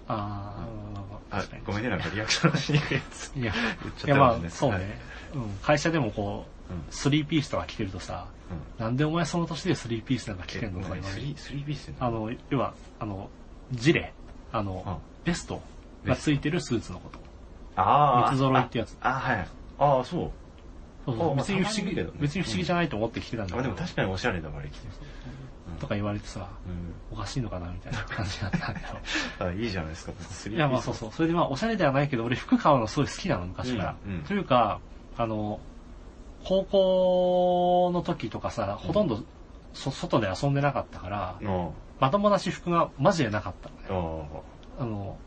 [SPEAKER 1] ああ、
[SPEAKER 2] あ
[SPEAKER 1] 確かに。
[SPEAKER 2] ごめんね、なんかリアクションしにくいやつ。
[SPEAKER 1] いや、
[SPEAKER 2] 言っちゃった
[SPEAKER 1] いや
[SPEAKER 2] かも
[SPEAKER 1] ま
[SPEAKER 2] しれない
[SPEAKER 1] あ、
[SPEAKER 2] です
[SPEAKER 1] そうね、うん。会社でもこ
[SPEAKER 2] うん
[SPEAKER 1] う、スリーピースとか着てるとさ、なんでお前その年でスリーピースなんか着てんのとか
[SPEAKER 2] え
[SPEAKER 1] 言わ
[SPEAKER 2] 何
[SPEAKER 1] れ
[SPEAKER 2] ス
[SPEAKER 1] る
[SPEAKER 2] リースリーピースって
[SPEAKER 1] あ
[SPEAKER 2] 何
[SPEAKER 1] の、要は、あの、ジレ、あの、ベストがついてるスーツのこと。
[SPEAKER 2] ああ。
[SPEAKER 1] 三つ揃いってやつ
[SPEAKER 2] あ、あはい。ああ、そう。
[SPEAKER 1] そうそう
[SPEAKER 2] あまあ
[SPEAKER 1] 別に不思
[SPEAKER 2] たまに
[SPEAKER 1] 議、
[SPEAKER 2] だよね
[SPEAKER 1] 別に不思議じゃないと思って着てたんだ
[SPEAKER 2] あ、
[SPEAKER 1] け
[SPEAKER 2] で
[SPEAKER 1] ど、
[SPEAKER 2] も確かにおしゃれだ、あれ着てる。
[SPEAKER 1] とか言われてさ、
[SPEAKER 2] うん。
[SPEAKER 1] おかしいのかなみたいな感じだったんだけど。
[SPEAKER 2] あ、いいじゃないですか、スリ
[SPEAKER 1] い
[SPEAKER 2] ーピー
[SPEAKER 1] や、
[SPEAKER 2] ス。
[SPEAKER 1] まあそうそう。それでまあ、おしゃれではないけど、俺服買うのすごい好きなの、昔から。
[SPEAKER 2] うんうん
[SPEAKER 1] というか、あの、高校の時とかさ、ほとんどそ、外で遊んでなかったから、
[SPEAKER 2] あ
[SPEAKER 1] まともな私服がマジでなかったのね。
[SPEAKER 2] あ。あ
[SPEAKER 1] あの、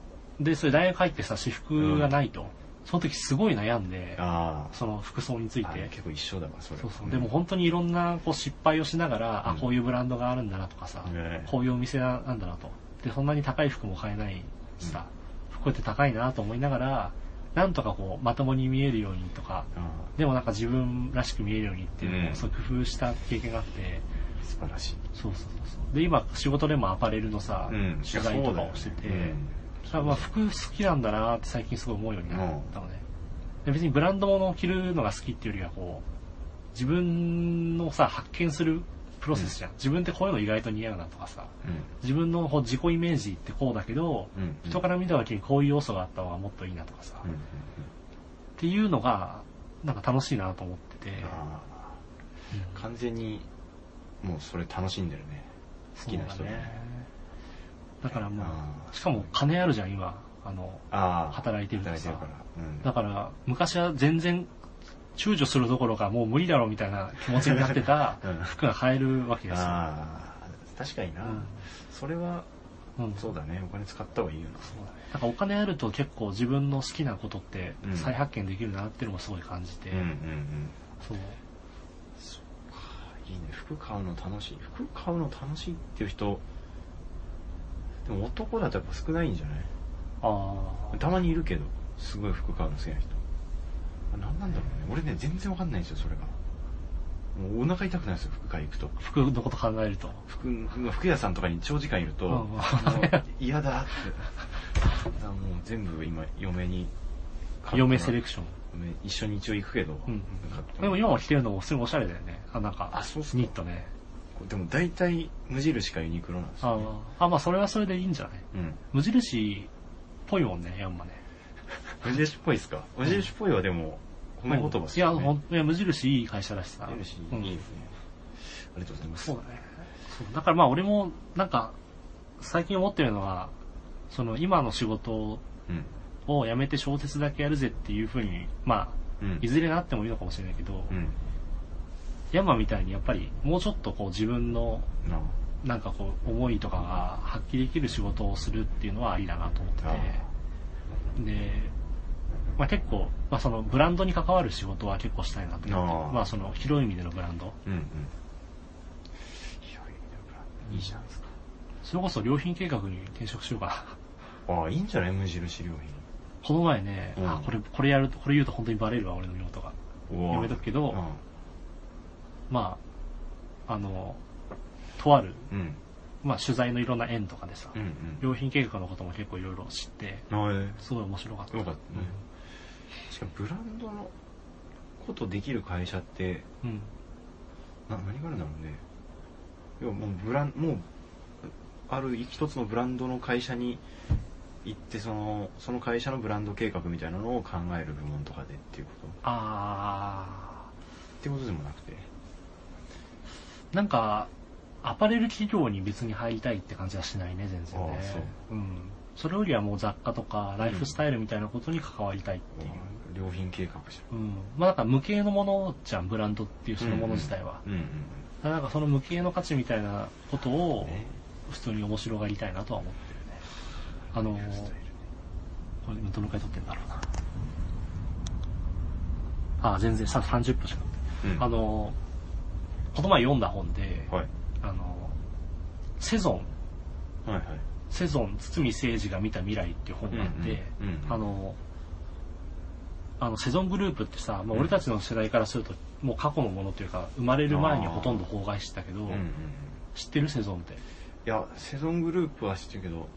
[SPEAKER 1] で、それ大学入ってさ、私服がないと。その時すごい悩んで
[SPEAKER 2] あ。、あ
[SPEAKER 1] その服装につい
[SPEAKER 2] あ。
[SPEAKER 1] て。
[SPEAKER 2] 結構一緒だわ、それ。
[SPEAKER 1] そうそう。でも本当にいろんなこう失敗をしながら、あ、こういうブランドがあるんだなとかさ、
[SPEAKER 2] ね
[SPEAKER 1] こういうお店ななんだなと。で、そんなに高い服も買えないしさ、服って高いなと思いながら、なんとかこう、まともに見えるようにとか、
[SPEAKER 2] あ
[SPEAKER 1] でもなんか自分らしく見えるようにっていうの
[SPEAKER 2] う
[SPEAKER 1] を
[SPEAKER 2] ん
[SPEAKER 1] そう工夫した経験があって、
[SPEAKER 2] あ。素晴らしい。
[SPEAKER 1] そうそうそうそう。で、今仕事でもアパレルのさ、
[SPEAKER 2] うん。
[SPEAKER 1] 取材とかをしてて、あまあ服好きなんだなって最近すごい思うようになったのね。で別にブランド物を着るのが好きっていうよりはこう、自分のさ、発見するプロセスじゃん。自分ってこういうの意外と似合うなとかさ、自分のこう自己イメージってこうだけど、
[SPEAKER 2] うん
[SPEAKER 1] 人から見た時にこういう要素があった方がもっといいなとかさ、
[SPEAKER 2] うん。う
[SPEAKER 1] っ
[SPEAKER 2] ん。
[SPEAKER 1] ていうのが、なんか楽しいなと思ってて、
[SPEAKER 2] ああ。完全に、もうそれ楽しんでるね。好きな
[SPEAKER 1] そ
[SPEAKER 2] 人
[SPEAKER 1] うだね。だからも
[SPEAKER 2] あ
[SPEAKER 1] う、しかも金あるじゃん、今。あの、
[SPEAKER 2] ああ。
[SPEAKER 1] 働いてるから
[SPEAKER 2] 働いて
[SPEAKER 1] さ
[SPEAKER 2] るから。うん。
[SPEAKER 1] だから、昔は全然、躊躇するどころかもう無理だろうみたいな気持ちになって た
[SPEAKER 2] うん
[SPEAKER 1] 服が買えるわけですよ。
[SPEAKER 2] ああ、確かにな、
[SPEAKER 1] うん
[SPEAKER 2] それは、
[SPEAKER 1] うん、
[SPEAKER 2] そうだね、お金使った方がいいよな。
[SPEAKER 1] そうだねなんかお金あると結構自分の好きなことって
[SPEAKER 2] うん
[SPEAKER 1] 再発見できるなっていうのもすごい感じて、
[SPEAKER 2] ん。
[SPEAKER 1] そう。
[SPEAKER 2] そうか、いいね、服買うの楽しい。服買うの楽しいっていう人、でも男だとやっぱ少ないんじゃない
[SPEAKER 1] あ
[SPEAKER 2] たまにいるけど、すごい服買うの好きな人。あなんなんだろうね、俺ね、全然わかんないんですよ、それが。もうお腹痛くなるんですよ、服買い行くと。
[SPEAKER 1] あ、服のこと考えると。
[SPEAKER 2] 服服屋さんとかに長時間いると、
[SPEAKER 1] うん
[SPEAKER 2] もう嫌だって。だからもう全部今、嫁に。
[SPEAKER 1] 嫁セレクション。
[SPEAKER 2] ね一緒に一応行くけど、
[SPEAKER 1] うん
[SPEAKER 2] なんか
[SPEAKER 1] でも今も着てるのもすごいおしゃれだよね。あ、なんか、
[SPEAKER 2] あそうっすか
[SPEAKER 1] ニットね。
[SPEAKER 2] でも大体無印かユニクロなんですよ、
[SPEAKER 1] あ
[SPEAKER 2] ね。
[SPEAKER 1] あ、あまあそれはそれでいいんじゃない
[SPEAKER 2] うん。
[SPEAKER 1] 無印っぽいもんね、ヤンマね。
[SPEAKER 2] 無印っぽいですか無印っぽいはでも、褒め言葉っす
[SPEAKER 1] いや、
[SPEAKER 2] よね。
[SPEAKER 1] ほんいや無印いい会社だしさ。
[SPEAKER 2] 無印い
[SPEAKER 1] うん
[SPEAKER 2] いですね、ありがとうございます。
[SPEAKER 1] そうだね。そうだからまあ俺も、なんか、最近思ってるのは、その今の仕事
[SPEAKER 2] うん。
[SPEAKER 1] を辞めて小説だけやるぜっていうふうに、ま
[SPEAKER 2] う
[SPEAKER 1] あ
[SPEAKER 2] ん、
[SPEAKER 1] いずれなってもいいのかもしれないけど、
[SPEAKER 2] うん。
[SPEAKER 1] ヤンマみたいにやっぱりもうちょっとこう自分の
[SPEAKER 2] なあ
[SPEAKER 1] なんかこう思いとかが発揮できる仕事をするっていうのはありだなと思って
[SPEAKER 2] あ
[SPEAKER 1] て、で、まあ結構、まあそのブランドに関わる仕事は結構したいなと思っ
[SPEAKER 2] ああ
[SPEAKER 1] て、まあその広い意味でのブランド、
[SPEAKER 2] うんうん。広いな、いいじゃないですか。
[SPEAKER 1] それこそ良品計画に転職しようかな。
[SPEAKER 2] ああ、いいんじゃない無印良
[SPEAKER 1] この前ね、
[SPEAKER 2] うん
[SPEAKER 1] あ、これ、これやると、これ言うと本当にバレるわ、俺の用途が。
[SPEAKER 2] 品。
[SPEAKER 1] やめとくけど
[SPEAKER 2] うん。
[SPEAKER 1] まあ、あの、とある、
[SPEAKER 2] うん。
[SPEAKER 1] まあ取材のいろんな縁とかでさ、
[SPEAKER 2] うんうん。
[SPEAKER 1] 良品計画のことも結構いろいろ知って、
[SPEAKER 2] ああえ
[SPEAKER 1] すごい面白かった。
[SPEAKER 2] えよかったね。しかもブランドのことできる会社って、
[SPEAKER 1] うん。
[SPEAKER 2] な何があるんだろうねいやもうブランもうある一つのブランドの会社に行ってそのその会社のブランド計画みたいなのを考える部門とかでっていうことっ
[SPEAKER 1] あ
[SPEAKER 2] てことでもなくて
[SPEAKER 1] ー、なんか、アパレル企業に別に入りたいって感じはしないね、全然ね
[SPEAKER 2] ああそう。
[SPEAKER 1] うん。それよりはもう雑貨とかライフスタイルみたいなことに関わりたいっていう。
[SPEAKER 2] 良品計画じ
[SPEAKER 1] うん。まあなんか無形のものじゃん、ブランドっていうそのもの自体は。
[SPEAKER 2] ゃん。うん
[SPEAKER 1] なんかその無形の価値みたいなこと
[SPEAKER 2] うん。
[SPEAKER 1] を
[SPEAKER 2] ね。
[SPEAKER 1] 普通に面白がりたいなとは思ってるね。あのー、これ今どのくらい撮ってんだろうな。ああ、全然さ30分しか撮ってない
[SPEAKER 2] うん
[SPEAKER 1] あ、の、この前読んだ本で、
[SPEAKER 2] はい。
[SPEAKER 1] あの、セゾン、
[SPEAKER 2] はいはい。
[SPEAKER 1] セゾン、堤誠二が見た未来っていう本があって、
[SPEAKER 2] うんうんうん
[SPEAKER 1] あの、あの、セゾングループってさ、まあ、俺たちの世代からすると、もう過去のものというか、生まれる前にほとんど崩壊してたけど、
[SPEAKER 2] うんうんうん。
[SPEAKER 1] 知ってるセゾンって。
[SPEAKER 2] いや、セゾングループは知ってるけど、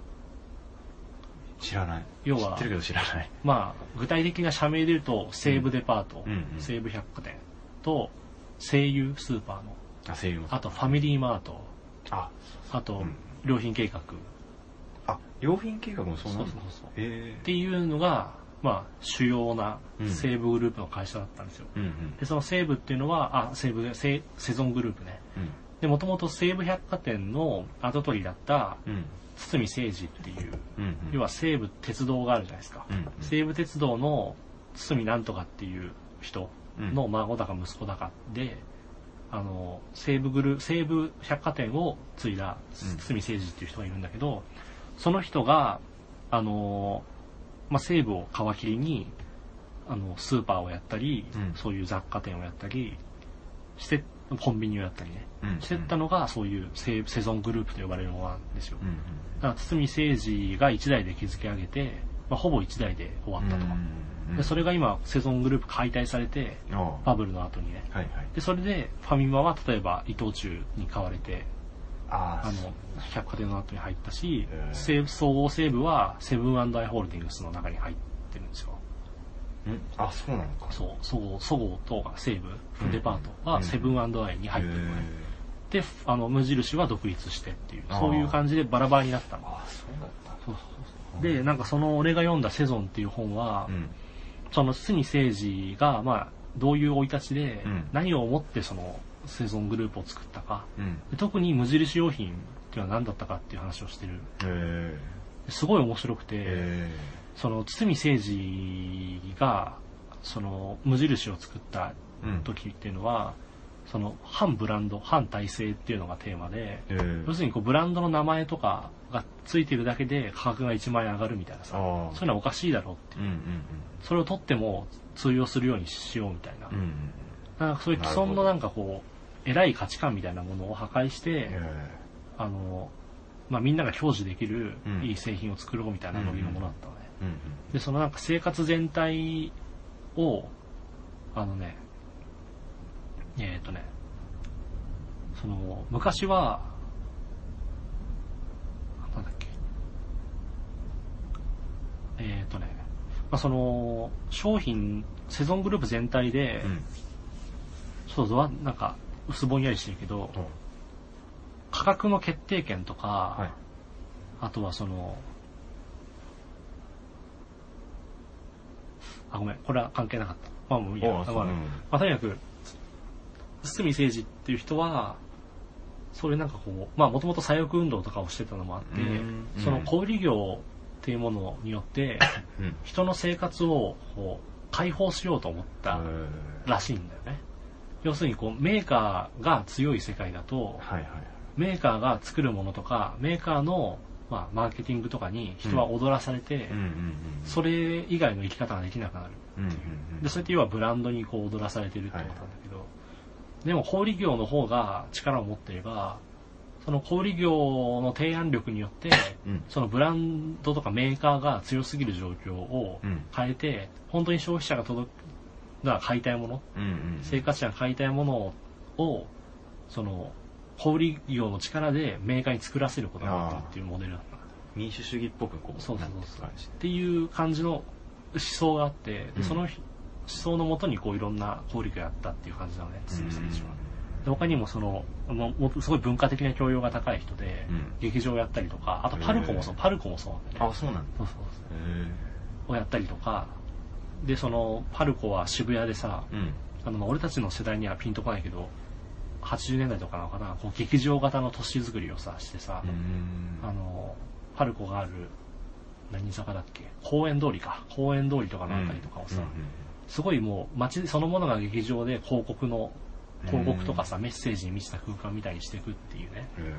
[SPEAKER 2] 知らない。
[SPEAKER 1] 要は
[SPEAKER 2] 知ってるけど知らない。
[SPEAKER 1] まあ、具体的な社名で言うと、西武デパート、
[SPEAKER 2] うんうん
[SPEAKER 1] 西武百貨店と、西友スーパーの、
[SPEAKER 2] あ、声優も。
[SPEAKER 1] あとファミリーマート、
[SPEAKER 2] あ、
[SPEAKER 1] あと
[SPEAKER 2] うん、
[SPEAKER 1] 良品計画、
[SPEAKER 2] あ、良品計画もそうなんだ
[SPEAKER 1] そうそうそう
[SPEAKER 2] へ
[SPEAKER 1] っ
[SPEAKER 2] え。
[SPEAKER 1] ていうのが、まあ、主要な西武グループの会社だったんですよ。
[SPEAKER 2] うんうん。
[SPEAKER 1] で、その西武っていうのは、あ、西武、セセゾングループね。で、もともと西武百貨店の跡取りだった、
[SPEAKER 2] うん。うん。
[SPEAKER 1] 堤誠二っていう、
[SPEAKER 2] うんうん。
[SPEAKER 1] 要は西武鉄道があるじゃないですか。
[SPEAKER 2] うんうん
[SPEAKER 1] 西武鉄道の堤なんとかっていう人の孫だか息子だかで、あの、西武グルー西武百貨店を継いだ
[SPEAKER 2] うん
[SPEAKER 1] 堤誠二っていう人がいるんだけど、その人が、あの、まあ、西武を皮切りに、あの、スーパーをやったり、
[SPEAKER 2] うん
[SPEAKER 1] そういう雑貨店をやったり、して、コンビニをやったりね、
[SPEAKER 2] うん
[SPEAKER 1] してったのが、そういうセセゾングループと呼ばれるものなんですよ。
[SPEAKER 2] うんうん。
[SPEAKER 1] だから堤誠二が1台で築き上げて、まあ、ほぼ1台で終わったとか、
[SPEAKER 2] うん
[SPEAKER 1] でそれが今セゾングループ解体されて
[SPEAKER 2] ああ。は
[SPEAKER 1] バブルの後にね
[SPEAKER 2] いはい。
[SPEAKER 1] でそれでファミマは例えば伊藤忠に買われて
[SPEAKER 2] ああ、
[SPEAKER 1] あの百貨店の後に入ったし
[SPEAKER 2] へー
[SPEAKER 1] 西武総合西武はセブンアイ・ホールディングスの中に入ってるんですよ
[SPEAKER 2] うん。あ、そうなのか。
[SPEAKER 1] そうそごうそごうとか西武
[SPEAKER 2] うん
[SPEAKER 1] デパートはセブンアイに入ってる、
[SPEAKER 2] へえ
[SPEAKER 1] であの無印は独立してっていう
[SPEAKER 2] あー
[SPEAKER 1] そういう感じでバラバラになったの
[SPEAKER 2] あ、そうだった。
[SPEAKER 1] そうそうそうでなんかその俺が読んだセゾンっていう本は、
[SPEAKER 2] うん。
[SPEAKER 1] その堤誠二が、まあ、どういう生い立ちで
[SPEAKER 2] うん、
[SPEAKER 1] 何を思ってその生存グループを作ったか、
[SPEAKER 2] うん。
[SPEAKER 1] で特に無印良品っていうのは何だったかっていう話をしてる。
[SPEAKER 2] へえ。
[SPEAKER 1] すごい面白くて、
[SPEAKER 2] へ
[SPEAKER 1] その堤誠二が、その無印を作った
[SPEAKER 2] え。うん。
[SPEAKER 1] 時っていうのは、その反ブランド、反体制っていうのがテーマで、
[SPEAKER 2] へえ
[SPEAKER 1] 要するにこうブランドの名前とかがついてるだけで価格が1万円上がるみたいなさ、
[SPEAKER 2] ああ
[SPEAKER 1] そういうのはおかしいだろうって
[SPEAKER 2] うんうん
[SPEAKER 1] それを取っても通用するようにしようみたいな。
[SPEAKER 2] うん。うんうん。
[SPEAKER 1] なんかそういう既存のなんかこう、偉い価値観みたいなものを破壊し
[SPEAKER 2] へ
[SPEAKER 1] て、
[SPEAKER 2] え。
[SPEAKER 1] あの、まあ、みんなが享受できる
[SPEAKER 2] うん
[SPEAKER 1] いい製品を作ろうみたいなノリのものだったのね。
[SPEAKER 2] うんうん。
[SPEAKER 1] で、そのなんか生活全体を、あのね、えっ、とね、その、昔は、なんだっけ、えっ、とね、まあ、その、商品、セゾングループ全体で、
[SPEAKER 2] うん。
[SPEAKER 1] そうそう、なんか、薄ぼんやりしてるけど、価格の決定権とか、
[SPEAKER 2] はい。
[SPEAKER 1] あとはその、あ、ごめん、これは関係なかった。まあもういいや。
[SPEAKER 2] ああそう
[SPEAKER 1] まあ
[SPEAKER 2] うん
[SPEAKER 1] まあとにかく、堤誠二っていう人は、そういうなんかこう、まあもともと左翼運動とかをしてたのもあって
[SPEAKER 2] うん、
[SPEAKER 1] その小売業っていうものによって、
[SPEAKER 2] うん。
[SPEAKER 1] 人の生活をこう解放しようと思った
[SPEAKER 2] へえ
[SPEAKER 1] らしいんだよね。要するにこうメーカーが強い世界だと、
[SPEAKER 2] はいはい。
[SPEAKER 1] メーカーが作るものとか、メーカーの、まあ、マーケティングとかに人は踊らされて、
[SPEAKER 2] うんうんうん。
[SPEAKER 1] それ以外の生き方ができなくなる。
[SPEAKER 2] うんうんうん。
[SPEAKER 1] で、それって要はブランドにこう踊らされてるってことなんだけど、でも小売業の方が力を持ってれば、その小売業の提案力によって、
[SPEAKER 2] うん。
[SPEAKER 1] そのブランドとかメーカーが強すぎる状況を
[SPEAKER 2] うん
[SPEAKER 1] 変えて、本当に消費者が届く、が買いたいもの、
[SPEAKER 2] うんうん。
[SPEAKER 1] 生活者が買いたいものを、その、小売業の力でメーカーに作らせることができるっていうモデルだった。っ
[SPEAKER 2] 民主主義っぽくこう、
[SPEAKER 1] そうそうそう
[SPEAKER 2] なんていか感じ
[SPEAKER 1] ていう感じの思想があって、で
[SPEAKER 2] うん
[SPEAKER 1] その思想のもとにこういろんな小売業やったっていう感じなのね、
[SPEAKER 2] う
[SPEAKER 1] 堤
[SPEAKER 2] ん
[SPEAKER 1] 選手は。で他にもその、もうもうすごい文化的な教養が高い人で、
[SPEAKER 2] うん
[SPEAKER 1] 劇場やったりとか、あとパルコもそう、
[SPEAKER 2] へ
[SPEAKER 1] パルコもそうなんだよ
[SPEAKER 2] あ、
[SPEAKER 1] ね。
[SPEAKER 2] そうなんだ。
[SPEAKER 1] そうそうそ
[SPEAKER 2] へ
[SPEAKER 1] う。をやったりとか、で、その、パルコは渋谷でさ、
[SPEAKER 2] え。うん。
[SPEAKER 1] あの、まあ俺たちの世代にはピンとこないけど、 80年代とかなのかな、こう劇場型の都市づくりをさ、してさ、
[SPEAKER 2] うん
[SPEAKER 1] あの、パルコがある、何坂だっけ、公園通りか、公園通りとかのあたりとかをさ、すごいもう街そのものが劇場で広告の、広告とかさ、メッセージに満ちた空間みたいにしていくっていうね、
[SPEAKER 2] うんうん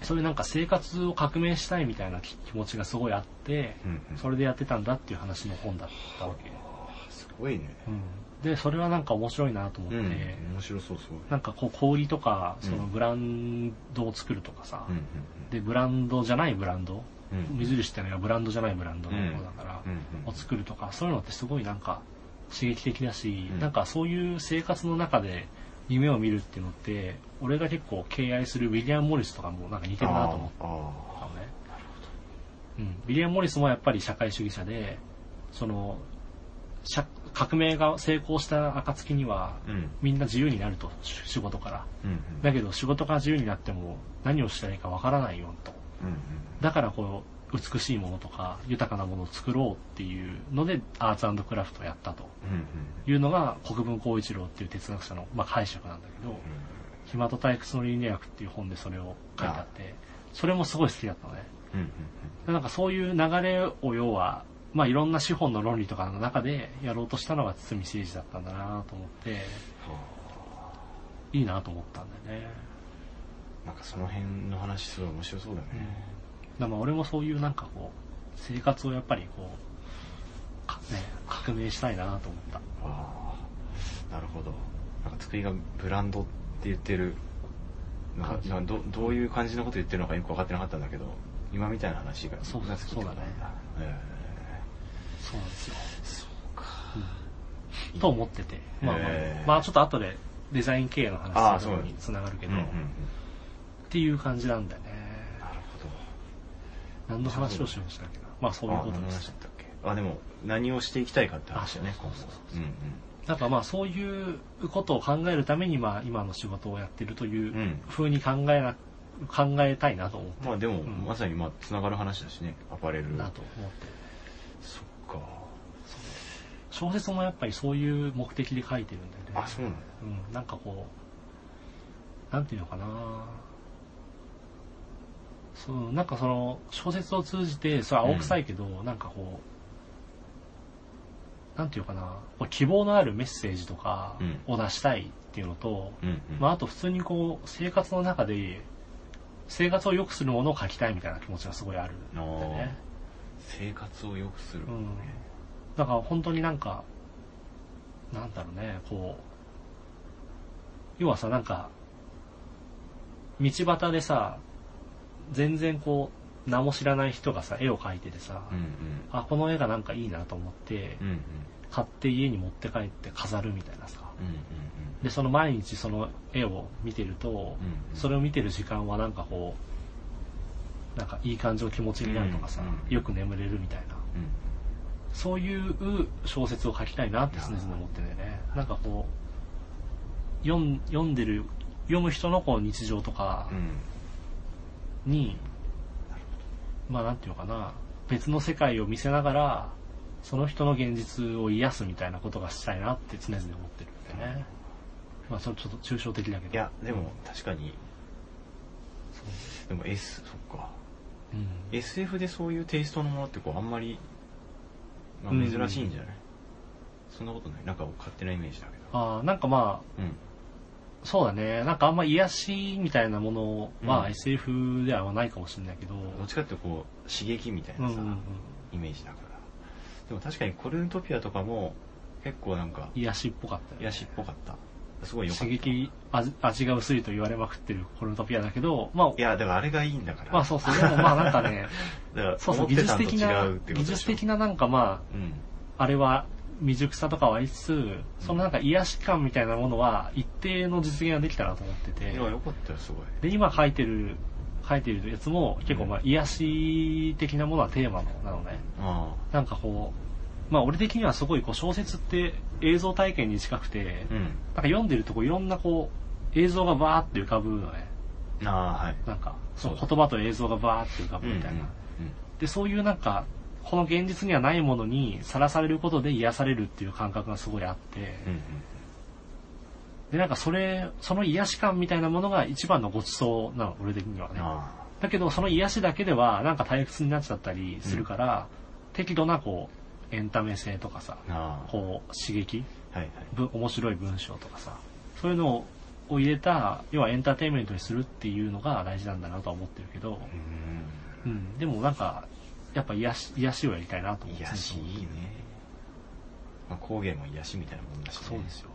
[SPEAKER 1] そういうなんか生活を革命したいみたいな気気持ちがすごいあって、
[SPEAKER 2] うんうん
[SPEAKER 1] それでやってたんだっていう話の本だったわけ。
[SPEAKER 2] あすごいね
[SPEAKER 1] うん、で、それはなんか面白いなと思って、
[SPEAKER 2] 面白そうすごい
[SPEAKER 1] なんかこう氷とか、
[SPEAKER 2] うん
[SPEAKER 1] そのブランドを作るとかさ、
[SPEAKER 2] うん
[SPEAKER 1] で、ブランドじゃないブランド、
[SPEAKER 2] うんうん
[SPEAKER 1] 無印ってのはブランドじゃないブランドのものだから、
[SPEAKER 2] うんうん
[SPEAKER 1] を作るとか、そういうのってすごいなんか刺激的だし、
[SPEAKER 2] うん
[SPEAKER 1] なんかそういう生活の中で夢を見るっていうのって、俺が結構敬愛するウィリアム・モリスとかもなんか似てるなと思って
[SPEAKER 2] あー
[SPEAKER 1] たのね。うん、ウィリアム・モリスもやっぱり社会主義者で、その、社革命が成功した暁には、
[SPEAKER 2] あーうん
[SPEAKER 1] みんな自由になると、し仕事から。
[SPEAKER 2] うん
[SPEAKER 1] だけど仕事から自由になっても何をしたらいいかわからないよと。
[SPEAKER 2] うんうん
[SPEAKER 1] だからこう、美しいものとか豊かなものを作ろうっていうので、アーツクラフトをやったと
[SPEAKER 2] うんうん
[SPEAKER 1] いうのが国分光一郎っていう哲学者の、まあ、解釈なんだけど、暇と退屈の倫理学っていう本でそれを書いてあって、それもすごい好きだったのね。
[SPEAKER 2] うんうん
[SPEAKER 1] なんかそういう流れを要は、まあいろんな資本の論理とかの中でやろうとしたのが堤誠二だったんだなと思って、いいなと思ったんだよね。
[SPEAKER 2] なんかその辺の話すごい面白そうだね
[SPEAKER 1] だからまあ俺もそういうなんかこう、生活をやっぱりこう、かね、革命したいなと思った。
[SPEAKER 2] ああなるほどなんか作りがブランドって言ってるのが
[SPEAKER 1] 感じ
[SPEAKER 2] なんかどどういう感じのこと言ってるのかよく分かってなかったんだけど今みたいな話が
[SPEAKER 1] そうそう
[SPEAKER 2] が好きってことなん
[SPEAKER 1] そうだね
[SPEAKER 2] え
[SPEAKER 1] そうなんですよ。
[SPEAKER 2] えそうか
[SPEAKER 1] と思ってて。まあまあ、
[SPEAKER 2] へえ
[SPEAKER 1] まあちょっと後でデザイン系の
[SPEAKER 2] ああ
[SPEAKER 1] 話す
[SPEAKER 2] そう
[SPEAKER 1] る
[SPEAKER 2] だ
[SPEAKER 1] のにつながるけ
[SPEAKER 2] う
[SPEAKER 1] ど、
[SPEAKER 2] んうんう
[SPEAKER 1] っ
[SPEAKER 2] ん
[SPEAKER 1] ていう感じなんだよね。
[SPEAKER 2] なるほど
[SPEAKER 1] 何の話をしましたっけな。まあそういうこと
[SPEAKER 2] あ何の
[SPEAKER 1] で
[SPEAKER 2] 話
[SPEAKER 1] す
[SPEAKER 2] だっ。たっけあでも何をしていきたいかって話だね
[SPEAKER 1] あそうそうそうそう
[SPEAKER 2] 今後
[SPEAKER 1] なんかまあそういうことを考えるためにまあ今の仕事をやってるとい
[SPEAKER 2] うんう
[SPEAKER 1] うん風に考えな、考えたいなと思っ
[SPEAKER 2] まあでも、
[SPEAKER 1] ん
[SPEAKER 2] まさにまあつながる話だしねアパレル
[SPEAKER 1] たなと思って。
[SPEAKER 2] そっか
[SPEAKER 1] 小説もやっぱりそういう目的で書いてるんだよね。
[SPEAKER 2] あそうなんだ
[SPEAKER 1] うん、なんかこう、なんていうのかなそう、なんかその、小説を通じて、それは青臭いけど、なんかこう、なんていうかなこう希望のあるメッセージとか
[SPEAKER 2] うん
[SPEAKER 1] を出したいっていうのと、
[SPEAKER 2] うんうん
[SPEAKER 1] まああと普通にこう、生活の中で、生活を良くするものを書きたいみたいな気持ちがすごいあるんだよ
[SPEAKER 2] あ
[SPEAKER 1] ね。
[SPEAKER 2] 生活を良くする、
[SPEAKER 1] うんだから本当になんか、なんだろうね、こう、要はさ、なんか、道端でさ、全然こう、名も知らない人がさ、絵を描いててさ、
[SPEAKER 2] うん
[SPEAKER 1] あ、この絵がなんかいいなと思って
[SPEAKER 2] うんう、んうん
[SPEAKER 1] 買って家に持って帰って飾るみたいなさ。
[SPEAKER 2] うんうん
[SPEAKER 1] で、その毎日その絵を見てると、
[SPEAKER 2] うん
[SPEAKER 1] それを見てる時間はなんかこう、なんかいい感じの気持ちになるとかさ、
[SPEAKER 2] うん
[SPEAKER 1] よく眠れるみたいな。
[SPEAKER 2] うん
[SPEAKER 1] そういう小説を書きたいなって常々思ってんだよね。なんかこう、読ん読んでる、読む人のこう日常とか
[SPEAKER 2] うん
[SPEAKER 1] に、まあなんていうのかな、別の世界を見せながら、その人の現実を癒すみたいなことがしたいなって常々思ってるんだよね。まあそれちょっと抽象的だけど。
[SPEAKER 2] いやでも確かにでも S そっか
[SPEAKER 1] うん、
[SPEAKER 2] SF でそういうテイストのものってこうあんまり、まあ、珍しいんじゃない、そんなことないなんか勝手なイメージだけど
[SPEAKER 1] ああ、なんかまあ、
[SPEAKER 2] うん
[SPEAKER 1] そうだね。なんかあんま癒しみたいなもの
[SPEAKER 2] う
[SPEAKER 1] は
[SPEAKER 2] ん
[SPEAKER 1] SF ではないかもしれないけど、
[SPEAKER 2] どっちかっていうとこう刺激みたいなさ、
[SPEAKER 1] うんうんうん
[SPEAKER 2] イメージだからでも確かにコルントピアとかも結構なんか
[SPEAKER 1] 癒しっぽかったよね。
[SPEAKER 2] 癒しっぽかったすごい良かった
[SPEAKER 1] 刺激味味が薄いと言われまくってるコルトピアだけど、ま
[SPEAKER 2] いやだからあれがいいんだから
[SPEAKER 1] あ、まあそうそう、でもまあなんか ね、
[SPEAKER 2] だから
[SPEAKER 1] そうそ
[SPEAKER 2] 思
[SPEAKER 1] う、
[SPEAKER 2] っ
[SPEAKER 1] 技
[SPEAKER 2] てた
[SPEAKER 1] 術
[SPEAKER 2] んと
[SPEAKER 1] 的
[SPEAKER 2] 違
[SPEAKER 1] な
[SPEAKER 2] うって、いうこ
[SPEAKER 1] 技
[SPEAKER 2] と
[SPEAKER 1] 術
[SPEAKER 2] でしょ
[SPEAKER 1] 的ななんかま
[SPEAKER 2] うん
[SPEAKER 1] あ、あれは未熟さとかはありつつ、そのなんか癒し感みたいなものは一定の実現ができたなと思って
[SPEAKER 2] い
[SPEAKER 1] て
[SPEAKER 2] や、良かったよすごい
[SPEAKER 1] で、今書いてる、書いてるやつも結構まあ癒し的なものはテーマのなのね。
[SPEAKER 2] あ
[SPEAKER 1] なんかこう、まあ俺的にはすごいこう小説って映像体験に近くて
[SPEAKER 2] あ、うん
[SPEAKER 1] なんか読んでるとこういろんなこう映像がバーって浮かぶのね。
[SPEAKER 2] ああはい
[SPEAKER 1] なんか、その
[SPEAKER 2] そう
[SPEAKER 1] 言葉と映像がバーって浮かぶみたいな。で、そういうなんか、この現実にはないものにさらされることで癒されるっていう感覚がすごいあって、
[SPEAKER 2] うんうん
[SPEAKER 1] で、なんかそれ、その癒し感みたいなものが一番のごちそうなの、俺的にはね。
[SPEAKER 2] あ
[SPEAKER 1] だけど、その癒しだけでは、なんか退屈になっちゃったりするから、適度なこう、エンタメ性とかさ、
[SPEAKER 2] あああ
[SPEAKER 1] こう、刺激、
[SPEAKER 2] はいはい
[SPEAKER 1] ぶ面白い文章とかさ、そういうのを入れた、要はエンターテインメントにするっていうのが大事なんだなとは思ってるけど、
[SPEAKER 2] う
[SPEAKER 1] うん、でもなんか、やっぱ癒し、癒しをやりたいなと思
[SPEAKER 2] ん
[SPEAKER 1] って。
[SPEAKER 2] 癒しいいね、まあ、工芸も癒しみたいなもんだし、ね、
[SPEAKER 1] そうですよ。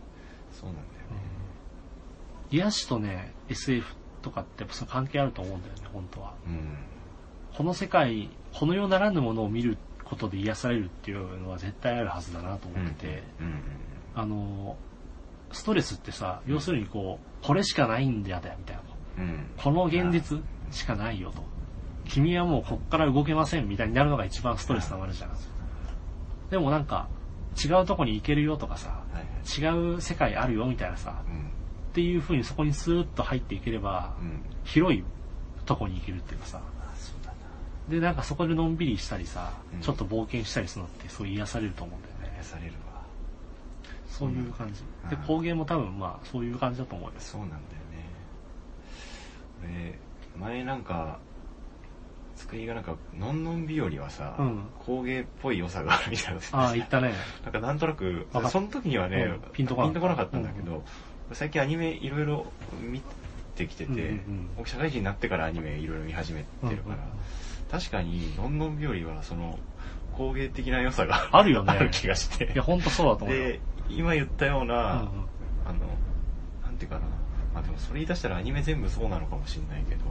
[SPEAKER 2] そうなんだよね、
[SPEAKER 1] 癒しとね、SF とかってやっぱその関係あると思うんだよね、本当は。
[SPEAKER 2] うん
[SPEAKER 1] この世界、この世ならぬものを見ることで癒されるっていうのは絶対あるはずだなと思ってて、
[SPEAKER 2] うんうん
[SPEAKER 1] あの、ストレスってさ、要するにこう、これしかないんだよ、みたいな。
[SPEAKER 2] うん
[SPEAKER 1] この現実しかないよと。君はもうこっから動けませんみたいになるのが一番ストレス溜まるじゃん。でもなんか、違うとこに行けるよとかさ、
[SPEAKER 2] はいはい
[SPEAKER 1] 違う世界あるよみたいなさ、
[SPEAKER 2] うん
[SPEAKER 1] っていう風にそこにスーッと入っていければ、
[SPEAKER 2] うん
[SPEAKER 1] 広いとこに行けるっていうかさ、
[SPEAKER 2] あそうだな
[SPEAKER 1] で、なんかそこでのんびりしたりさ、
[SPEAKER 2] うん
[SPEAKER 1] ちょっと冒険したりするのってすごい癒されると思うんだよね。
[SPEAKER 2] 癒されるわ
[SPEAKER 1] そういう感じ。で
[SPEAKER 2] うん、
[SPEAKER 1] 工芸も多分まあ、そういう感じだと思うよ。
[SPEAKER 2] そうなんだよね俺前なんか作りがなんか「のんのん日和」はさ、
[SPEAKER 1] うん
[SPEAKER 2] 工芸っぽい良さがあるみたいなこと
[SPEAKER 1] ああ、言ったね。
[SPEAKER 2] なんかなんとなく
[SPEAKER 1] わかっ
[SPEAKER 2] その時にはね、
[SPEAKER 1] うんピンとこなかった
[SPEAKER 2] なかったんだけど、最近アニメいろいろ見てきてて、
[SPEAKER 1] うんうん
[SPEAKER 2] 僕社会人になってからアニメいろいろ見始めてるから、
[SPEAKER 1] うんうん
[SPEAKER 2] 確かに「のんのん日和」はその工芸的な良さが
[SPEAKER 1] あるよね
[SPEAKER 2] ある気がして
[SPEAKER 1] いや、ほんとそうだと思うよ。
[SPEAKER 2] で今言ったよう
[SPEAKER 1] うんうん
[SPEAKER 2] な、あの、なんていうかな。まあでもそれ言い出したらアニメ全部そうなのかもしれないけど、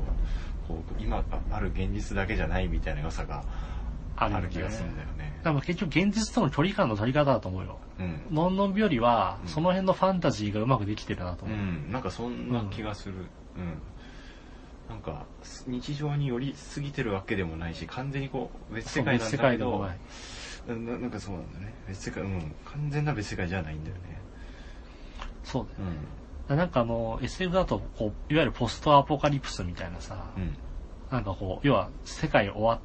[SPEAKER 2] こう、今ある現実だけじゃないみたいな良さが
[SPEAKER 1] ある
[SPEAKER 2] あ
[SPEAKER 1] よね
[SPEAKER 2] る気がするんだよね。
[SPEAKER 1] だから結局現実との距離感の取り方だと思うよ。
[SPEAKER 2] うん。
[SPEAKER 1] のんのん日和は
[SPEAKER 2] う、ん
[SPEAKER 1] その辺のファンタジーがうまくできてるなと
[SPEAKER 2] う
[SPEAKER 1] 思う。
[SPEAKER 2] ん、なんかそんな気がする。うん。なんか、す日常に寄りすぎてるわけでもないし、完全にこう、別世界なんだけ
[SPEAKER 1] でも
[SPEAKER 2] ど
[SPEAKER 1] な、い。
[SPEAKER 2] うんななんかそうなんだね。別世界、うん、完全な別世界じゃないんだよね。
[SPEAKER 1] そうだよ
[SPEAKER 2] う
[SPEAKER 1] ね。
[SPEAKER 2] ん。
[SPEAKER 1] なんかあの、SF だと、こう、いわゆるポストアポカリプスみたいなさ、
[SPEAKER 2] うん。
[SPEAKER 1] なんかこう、要は世界終わっ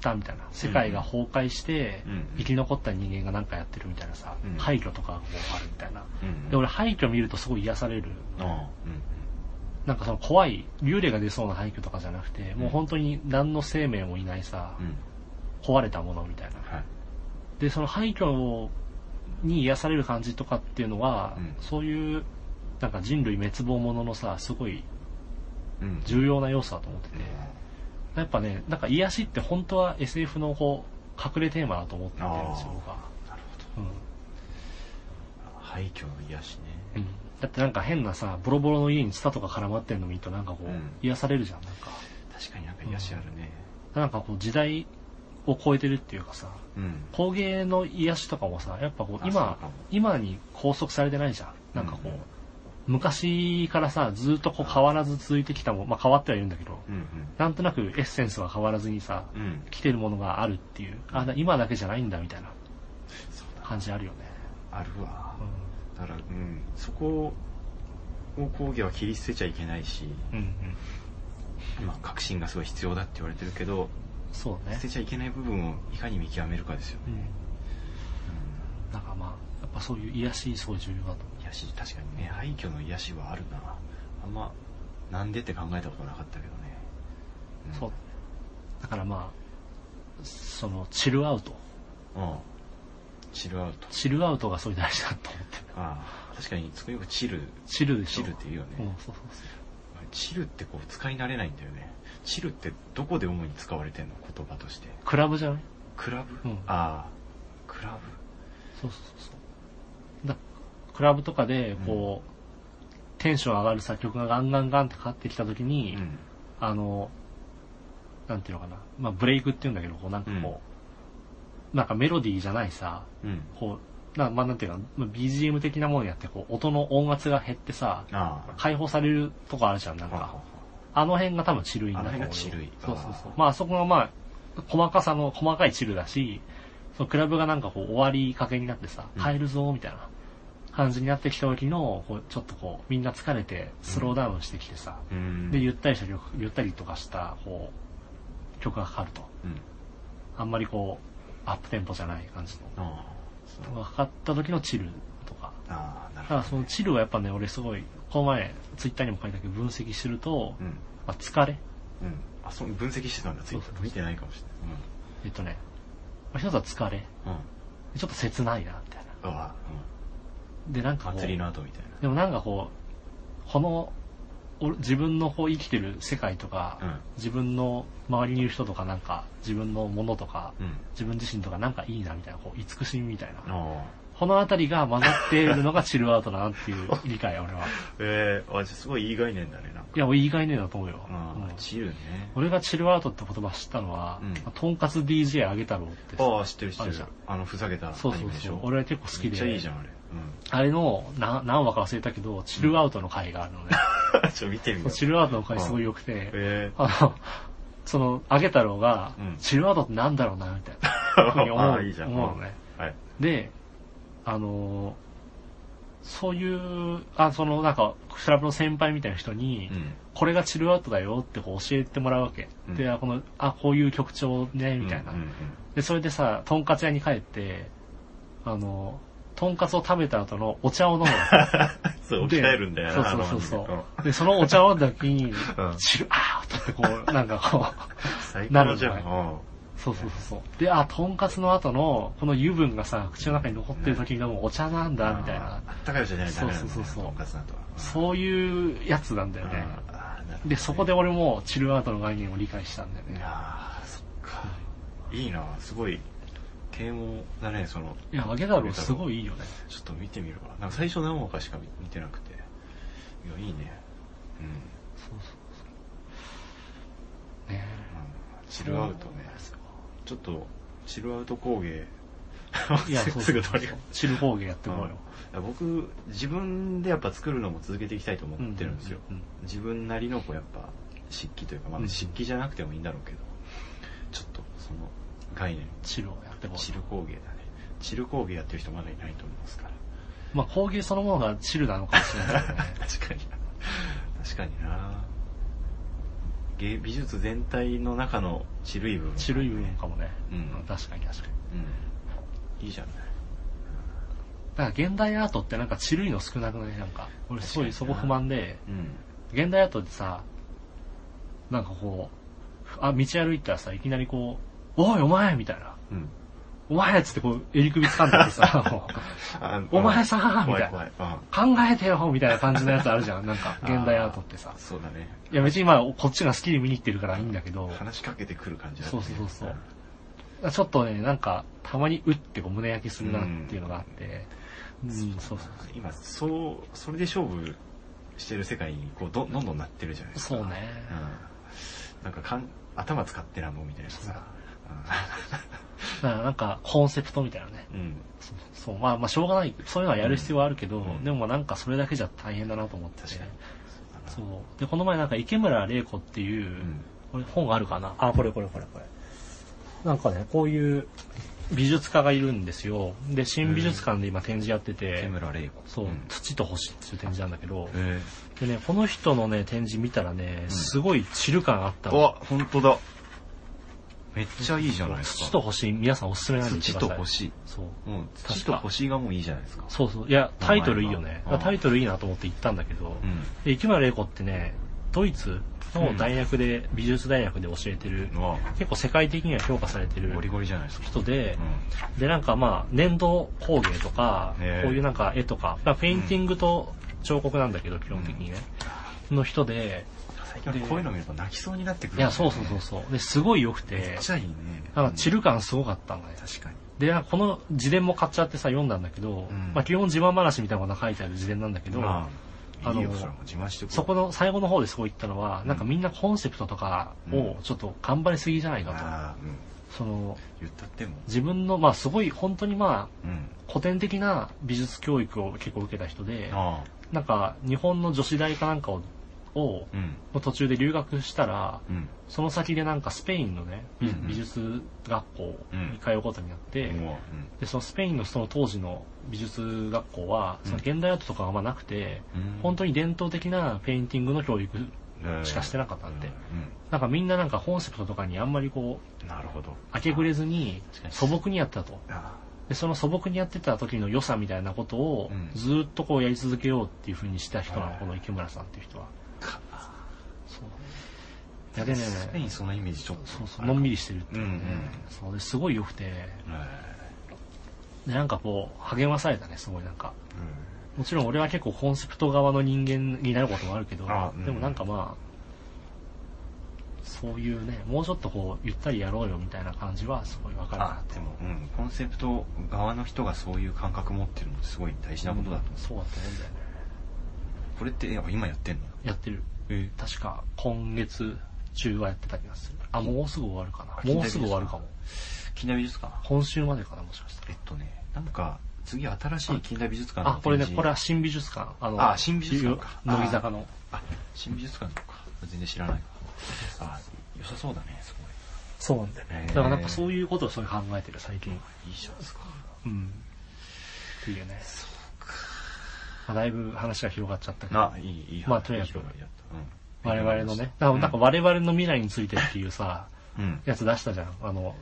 [SPEAKER 1] たみたいな、世界が崩壊して
[SPEAKER 2] うん、
[SPEAKER 1] 生き残った人間がなんかやってるみたいなさ
[SPEAKER 2] うん、
[SPEAKER 1] 廃墟とかがこうあるみたいな。
[SPEAKER 2] うん。
[SPEAKER 1] で、俺廃墟見るとすごい癒される。
[SPEAKER 2] ああ、うん。
[SPEAKER 1] なんかその怖い、幽霊が出そうな廃墟とかじゃなくて、もう本当に何の生命もいないさ
[SPEAKER 2] う、ん。
[SPEAKER 1] 壊れたものみたいな。
[SPEAKER 2] はい。
[SPEAKER 1] で、その廃墟に癒される感じとかっていうのは、
[SPEAKER 2] うん
[SPEAKER 1] そういう、なんか人類滅亡もののさ、すごい
[SPEAKER 2] うん。
[SPEAKER 1] 重要な要素だと思ってて、
[SPEAKER 2] う
[SPEAKER 1] やっぱね、なんか癒しって本当は SF のこう、隠れテーマだと思ってるんですよ
[SPEAKER 2] あー、
[SPEAKER 1] 僕は。
[SPEAKER 2] んなるほど。
[SPEAKER 1] うん
[SPEAKER 2] 廃墟の癒し
[SPEAKER 1] う
[SPEAKER 2] ね。
[SPEAKER 1] んだってなんか変なさ、ボロボロの家にツタとか絡まってんの見るとなんかこう、
[SPEAKER 2] うん
[SPEAKER 1] 癒されるじゃん、なんか。
[SPEAKER 2] 確かになんか癒しあるね。
[SPEAKER 1] なんかこう時代を超えてるっていうかさ、
[SPEAKER 2] うん。
[SPEAKER 1] 工芸の癒しとかもさ、やっぱこう
[SPEAKER 2] あそう
[SPEAKER 1] 今
[SPEAKER 2] かも、
[SPEAKER 1] 今に拘束されてないじゃん。なんかこう、
[SPEAKER 2] うん
[SPEAKER 1] 昔からさ、ずっとこう変わらず続いてきたもん、まあ変わってはいるんだけど、
[SPEAKER 2] うん
[SPEAKER 1] なんとなくエッセンスは変わらずにさ、
[SPEAKER 2] うん。うん。
[SPEAKER 1] 来てるものがあるっていう、あ、だ今だけじゃないんだみたいな
[SPEAKER 2] そうだ。
[SPEAKER 1] 感じあるよね。
[SPEAKER 2] あるわ
[SPEAKER 1] う。ん
[SPEAKER 2] だから、うん。そこを講義は切り捨てちゃいけないし、
[SPEAKER 1] うんうん。
[SPEAKER 2] まあ、革新がすごい必要だって言われてるけど、
[SPEAKER 1] そうだ
[SPEAKER 2] 捨
[SPEAKER 1] ね
[SPEAKER 2] て。ちゃいけない部分をいかに見極めるかですよ
[SPEAKER 1] う
[SPEAKER 2] ね。
[SPEAKER 1] ん。なんかまあ、やっぱそういう癒し、そういう重要だと思
[SPEAKER 2] うん癒し、確かにね、廃墟の癒しはあるな。あんま、なんでって考えたことなかったけどね。ん
[SPEAKER 1] う。そう。だからまあ、その、チルアウト。
[SPEAKER 2] うん。チルアウト。
[SPEAKER 1] チルアウトがそういう大事だと思ってる。
[SPEAKER 2] ああ、確かに、そこよくチル、
[SPEAKER 1] チルでし
[SPEAKER 2] チ
[SPEAKER 1] ょ。
[SPEAKER 2] ルって言うよね。
[SPEAKER 1] うん、そうそうそ
[SPEAKER 2] チルってこう使い慣れないんだよね。チルってどこで主に使われてんの言葉として。
[SPEAKER 1] う。クラブじゃない
[SPEAKER 2] クラブ、
[SPEAKER 1] うん
[SPEAKER 2] ああ、クラ
[SPEAKER 1] そうそうそうそう。だクラブとかで、こう、テンション上がる作曲がガンガンガンってかかってきたとき
[SPEAKER 2] ブ。
[SPEAKER 1] に、
[SPEAKER 2] うん。
[SPEAKER 1] あの、なんていうのかな。まあ、ブレイクって言うんだけど、こうなんかこう、なんかメロディーじゃないさ、
[SPEAKER 2] うん。
[SPEAKER 1] こう、なまあ、なんていうか、まあ BGM 的なものやって、こう、音の音圧が減ってさ、
[SPEAKER 2] ああ。
[SPEAKER 1] 解放されるとこあるじゃん、なん
[SPEAKER 2] は
[SPEAKER 1] か
[SPEAKER 2] は。
[SPEAKER 1] あの辺が多分チルインだと思うよ。
[SPEAKER 2] あの辺がチルイ
[SPEAKER 1] そうそうそ
[SPEAKER 2] あ
[SPEAKER 1] う
[SPEAKER 2] ー。
[SPEAKER 1] まああそこがまあ、細かさの、細かいチルだし、そのクラブがなんかこう終わりかけになってさ
[SPEAKER 2] う、ん
[SPEAKER 1] 帰るぞ、みたいな感じになってきた時の、こうちょっとこう、みんな疲れてスローダウンしてきてさ、
[SPEAKER 2] うん。
[SPEAKER 1] で、ゆったりした曲、ゆったりとかした、こう、曲がかかると。
[SPEAKER 2] うん。
[SPEAKER 1] あんまりこう、アップテンポじゃない感じの。
[SPEAKER 2] ああ。
[SPEAKER 1] がかかった時のチルとか。
[SPEAKER 2] ああ、
[SPEAKER 1] だ
[SPEAKER 2] なるほ
[SPEAKER 1] か
[SPEAKER 2] ど。
[SPEAKER 1] らそのチルはやっぱね、俺すごい、この前、ツイッターにも書いたけど、分析してると、
[SPEAKER 2] うん。
[SPEAKER 1] まあ、疲れ。
[SPEAKER 2] うん。あ、そう、分析してたんだ、ツイッ
[SPEAKER 1] そうそ
[SPEAKER 2] ター
[SPEAKER 1] う
[SPEAKER 2] 見てないかもし
[SPEAKER 1] えっとね、まあ、一つは疲れ。
[SPEAKER 2] れない。うん。
[SPEAKER 1] ちょっと切ないな、みたいな。
[SPEAKER 2] うん。うわ、
[SPEAKER 1] で、なん
[SPEAKER 2] うん。
[SPEAKER 1] かこう、
[SPEAKER 2] 祭りの後みたい
[SPEAKER 1] でもなんかこう、この、俺自分のこう生きてる世界とか、
[SPEAKER 2] な。
[SPEAKER 1] 自分の周りにいる人とかなんか、自分のものとか、
[SPEAKER 2] うん。うん。
[SPEAKER 1] 自分自身とかなんかいいなみたいな、こう、慈しみみたいな。
[SPEAKER 2] ああ。
[SPEAKER 1] このあたりが混ざっているのがチルアウトだな っていう理解、俺は。
[SPEAKER 2] ええあ、じゃあすごいいい概念だね、なんか。
[SPEAKER 1] いや、俺いい概念だと思うよ。う
[SPEAKER 2] あ
[SPEAKER 1] ん
[SPEAKER 2] あ、チルね。
[SPEAKER 1] 俺がチルアウトって言葉知ったのは、
[SPEAKER 2] うん
[SPEAKER 1] とんかつ DJ あげ太郎ってさ
[SPEAKER 2] ああ、知ってる知っ
[SPEAKER 1] あ
[SPEAKER 2] て
[SPEAKER 1] るじ
[SPEAKER 2] る
[SPEAKER 1] ゃん。
[SPEAKER 2] あの、ふざけた
[SPEAKER 1] そう
[SPEAKER 2] アニ
[SPEAKER 1] そ
[SPEAKER 2] メ
[SPEAKER 1] う
[SPEAKER 2] でし
[SPEAKER 1] そ
[SPEAKER 2] ょ。
[SPEAKER 1] う。俺は結構好き
[SPEAKER 2] め
[SPEAKER 1] で。
[SPEAKER 2] っちゃいいじ ゃん、あれ。
[SPEAKER 1] あれのな何話か忘れたけど、チルアウトの回があるのね。
[SPEAKER 2] うん。ちょ、見て みよう。
[SPEAKER 1] チルアウトの回すごい良くて、
[SPEAKER 2] え
[SPEAKER 1] あの、その、あげ太郎が、
[SPEAKER 2] うん
[SPEAKER 1] チルアウトってなんだろうな、みたい
[SPEAKER 2] え
[SPEAKER 1] な ふうに思
[SPEAKER 2] ああ、いいじ
[SPEAKER 1] う
[SPEAKER 2] ゃん。
[SPEAKER 1] 思うのね。
[SPEAKER 2] うん。はい。
[SPEAKER 1] で、あのーそういう、あ、その、なんか、クラブの先輩みたいな人に、
[SPEAKER 2] うん。
[SPEAKER 1] これがチルアウトだよってこう教えてもらうわけ。
[SPEAKER 2] うん
[SPEAKER 1] で、あこの、あ、こういう曲調ね、みたいな。
[SPEAKER 2] うんうんうん
[SPEAKER 1] で、それでさ、とんかつ屋に帰って、あの、とんかつを食べた後のお茶を飲むわ
[SPEAKER 2] そう、
[SPEAKER 1] け。
[SPEAKER 2] 鍛えるんだよ
[SPEAKER 1] そう
[SPEAKER 2] な、
[SPEAKER 1] そうそう
[SPEAKER 2] あのアニメ
[SPEAKER 1] そう。で、そのお茶を飲んだ時に、
[SPEAKER 2] うん
[SPEAKER 1] チルアウトってこう、なんかこう、
[SPEAKER 2] 最高じゃん。
[SPEAKER 1] なる
[SPEAKER 2] うん
[SPEAKER 1] そうそうそうそう。で、あ、とんかつの後の、この油分がさ、口の中に残ってる時に飲むお茶なんだ、みたいな
[SPEAKER 2] あ。ったかいお茶じゃないとダメなんだよ
[SPEAKER 1] そうそうそうそう
[SPEAKER 2] とんかつなんとは
[SPEAKER 1] そういうやつなんだよね。
[SPEAKER 2] あーなるほどね
[SPEAKER 1] で、そこで俺もチルアウトの概念を理解したんだよ
[SPEAKER 2] い
[SPEAKER 1] ね。
[SPEAKER 2] やーそっかいいなすごい啓蒙だねその
[SPEAKER 1] いや、あげだろうすごいいいよね。
[SPEAKER 2] ちょっと見てみるわなんか最初何話かしか見見てなくていやいいねうん、うん、
[SPEAKER 1] そうそうそう。ね
[SPEAKER 2] チルアウトねちょっとチルアウト工芸
[SPEAKER 1] いや、
[SPEAKER 2] す
[SPEAKER 1] そう
[SPEAKER 2] す
[SPEAKER 1] そ
[SPEAKER 2] ぐ
[SPEAKER 1] うそう
[SPEAKER 2] 取り
[SPEAKER 1] チル工芸やってこうよ。
[SPEAKER 2] 僕自分でやっぱ作るのも続けていきたいと思ってるんですよ、
[SPEAKER 1] うんうんうん
[SPEAKER 2] 自分なりのこうやっぱ漆器というか、まあ、
[SPEAKER 1] うん
[SPEAKER 2] 漆器じゃなくてもいいんだろうけど、ちょっとその概念
[SPEAKER 1] チルをやってこ
[SPEAKER 2] チ
[SPEAKER 1] う
[SPEAKER 2] ル
[SPEAKER 1] よ。
[SPEAKER 2] 工芸だねチル工芸やってる人まだいないと思います から
[SPEAKER 1] まあ、工芸そのものがチルなのかもしれないけ どね。
[SPEAKER 2] 確かに確かにな芸美術全体の中のチルい部分
[SPEAKER 1] チルい部分かもね。
[SPEAKER 2] うん
[SPEAKER 1] 確かに確かに。
[SPEAKER 2] うんいいじゃない
[SPEAKER 1] だから現代アートってなんかチルいの少なくないなんか。俺すごい
[SPEAKER 2] 確か
[SPEAKER 1] そ
[SPEAKER 2] にな
[SPEAKER 1] こ不満で、
[SPEAKER 2] うん
[SPEAKER 1] 現代アートってさ、なんかこう、あ、道歩いたらさ、いきなりこう、おいお前みたいな。
[SPEAKER 2] うん
[SPEAKER 1] お前っつってこう、襟首掴んでて さ、もう
[SPEAKER 2] あ
[SPEAKER 1] お前さー
[SPEAKER 2] 怖
[SPEAKER 1] みたいな
[SPEAKER 2] 怖いあ
[SPEAKER 1] 考えてよみたいな感じのやつあるじゃん。なんか、現代アートってさ。
[SPEAKER 2] そうだね
[SPEAKER 1] いや別に今、こっちが好きで見に行ってるからいいんだけど、
[SPEAKER 2] 話しかけてくる感じだ
[SPEAKER 1] そうそうそうそうちょっとね、なんか、たまにうってこう胸焼けするなっていうのがあって、うん、そうそう。
[SPEAKER 2] 今そうそれで勝負してる世界にこうどどんどんなってるじゃないですか
[SPEAKER 1] そうね。
[SPEAKER 2] うんなんかかん頭使ってなんぼみたいなさ
[SPEAKER 1] だからなんか、コンセプトみたいなね。
[SPEAKER 2] うんうん
[SPEAKER 1] そうそう、まあまあ、しょうがない。そういうのはやる必要はあるけど、
[SPEAKER 2] うん
[SPEAKER 1] でもなんかそれだけじゃ大変だなと思って
[SPEAKER 2] 確
[SPEAKER 1] て
[SPEAKER 2] かに。
[SPEAKER 1] そう。で、この前なんか池村玲子っていう、
[SPEAKER 2] ん
[SPEAKER 1] これ本あるかなあ、これこれこれこれ。なんかね、こういう美術家がいるんですよ。で、新美術館で今展示やってて、
[SPEAKER 2] 手村玲子
[SPEAKER 1] そう、
[SPEAKER 2] ん
[SPEAKER 1] 土と星っていう展示なんだけど、
[SPEAKER 2] え
[SPEAKER 1] でね、この人のね、展示見たらね、すごい散る感あった
[SPEAKER 2] ー、
[SPEAKER 1] の。
[SPEAKER 2] わ本当だめっちゃいいじゃないですか
[SPEAKER 1] 土と星、皆さんおすすめなんで
[SPEAKER 2] 土
[SPEAKER 1] 行って
[SPEAKER 2] と
[SPEAKER 1] ください
[SPEAKER 2] 星
[SPEAKER 1] そう。
[SPEAKER 2] もう
[SPEAKER 1] か
[SPEAKER 2] 土と星がもういいじゃないですか
[SPEAKER 1] そうそう。いや、タイトルいいよね
[SPEAKER 2] 名前がうん。
[SPEAKER 1] タイトルいいなと思って行ったんだけど、
[SPEAKER 2] うん
[SPEAKER 1] で池村玲子ってね、ドイツの大学で、美術大学で教えてる、
[SPEAKER 2] うわ
[SPEAKER 1] 結構世界的には評価されてる
[SPEAKER 2] ゴリゴリじゃないですか
[SPEAKER 1] 人で
[SPEAKER 2] う、ん
[SPEAKER 1] で、なんかまあ、粘土工芸とか、
[SPEAKER 2] へえ
[SPEAKER 1] こういうなんか絵とか、まあ、フェインティングと彫刻なんだけど、基本的にね、の人で、
[SPEAKER 2] 最近俺こういうの見ると泣きそうになってくる
[SPEAKER 1] いや、そうそうそうそう。で、すごい良く
[SPEAKER 2] め
[SPEAKER 1] て
[SPEAKER 2] っ、ちゃいいね
[SPEAKER 1] なんか散る感すごかったんだね。
[SPEAKER 2] 確かに
[SPEAKER 1] で、なんかこの自伝も買っちゃってさ、読んだんだけど、
[SPEAKER 2] うん
[SPEAKER 1] まあ基本自慢話みたいなことが書いてある自伝なんだけど、
[SPEAKER 2] まあ
[SPEAKER 1] あの
[SPEAKER 2] いいよそれはもう自慢してこう
[SPEAKER 1] そこの最後の方でそう言ったのは、なんかみんなコンセプトとかを
[SPEAKER 2] うん
[SPEAKER 1] ちょっと頑張りすぎじゃないかと。
[SPEAKER 2] あーうん
[SPEAKER 1] その、
[SPEAKER 2] 言ったっても
[SPEAKER 1] 自分の、まあすごい本当にまあ、
[SPEAKER 2] うん
[SPEAKER 1] 古典的な美術教育を結構受けた人で、
[SPEAKER 2] あ
[SPEAKER 1] なんか日本の女子大かなんかを、を
[SPEAKER 2] あうん
[SPEAKER 1] の途中で留学したら、
[SPEAKER 2] うん
[SPEAKER 1] その先でなんかスペインのね、美
[SPEAKER 2] うんうん
[SPEAKER 1] 美術学校に通うことになって、
[SPEAKER 2] うわうん
[SPEAKER 1] で、そのスペインのその当時の美術学校は、
[SPEAKER 2] うん
[SPEAKER 1] その現代アートとかがあんまなくて、
[SPEAKER 2] うん
[SPEAKER 1] 本当に伝統的なペインティングの教育
[SPEAKER 2] えー
[SPEAKER 1] しかしてなかったんで、
[SPEAKER 2] う
[SPEAKER 1] なんかみんななんかコンセプトとかにあんまりこう、
[SPEAKER 2] んなるほど
[SPEAKER 1] 明け暮れずに
[SPEAKER 2] 確かに
[SPEAKER 1] 素朴にやったと。
[SPEAKER 2] あ
[SPEAKER 1] でその素朴にやってた時の良さみたいなことを
[SPEAKER 2] うん
[SPEAKER 1] ずっとこうやり続けようっていうふうにした人な
[SPEAKER 2] は
[SPEAKER 1] の
[SPEAKER 2] い
[SPEAKER 1] この池村さんっていう人は
[SPEAKER 2] か
[SPEAKER 1] そういやでね
[SPEAKER 2] スペインそのイメージちょっと
[SPEAKER 1] そうそうのんびりしてるっていうね、
[SPEAKER 2] うんうん
[SPEAKER 1] そうですごい良くて
[SPEAKER 2] はい
[SPEAKER 1] でなんかこう励まされたねすごいなんかもちろん俺は結構コンセプト側の人間になることもあるけど
[SPEAKER 2] あうん
[SPEAKER 1] でもなんかまあそういうねもうちょっとこうゆったりやろうよみたいな感じはすごいわかるな
[SPEAKER 2] あ
[SPEAKER 1] って
[SPEAKER 2] でも、うん、コンセプト側の人がそういう感覚持ってるのってすごい大事なことだと思う、
[SPEAKER 1] そうだと思うんだよね
[SPEAKER 2] これってやっぱ今やってんの
[SPEAKER 1] やってる
[SPEAKER 2] え
[SPEAKER 1] 確か今月中はやってた気がするあもうすぐ終わるかなもうすぐ終わるかも
[SPEAKER 2] 近代美術館
[SPEAKER 1] 今週までかなもしかしたら
[SPEAKER 2] えっとねなんか次新しい近代美術館の
[SPEAKER 1] あこれね
[SPEAKER 2] 展示
[SPEAKER 1] これは新美術館あ
[SPEAKER 2] あ新美術館か
[SPEAKER 1] 乃木坂の
[SPEAKER 2] あ新美術館とか全然知らないからあ良さそうだねすご
[SPEAKER 1] そうなんだよ
[SPEAKER 2] ね
[SPEAKER 1] だからなんかそういうことをそういう考えてる最近
[SPEAKER 2] いいいじゃないですか
[SPEAKER 1] うんっていうねまあだいぶ話が広がっちゃったけど
[SPEAKER 2] あいいいい
[SPEAKER 1] まあとにかく
[SPEAKER 2] いい広がりだったうん
[SPEAKER 1] 我々のねだからなんか我々の未来についてっていうさ
[SPEAKER 2] うん
[SPEAKER 1] やつ出したじゃんあの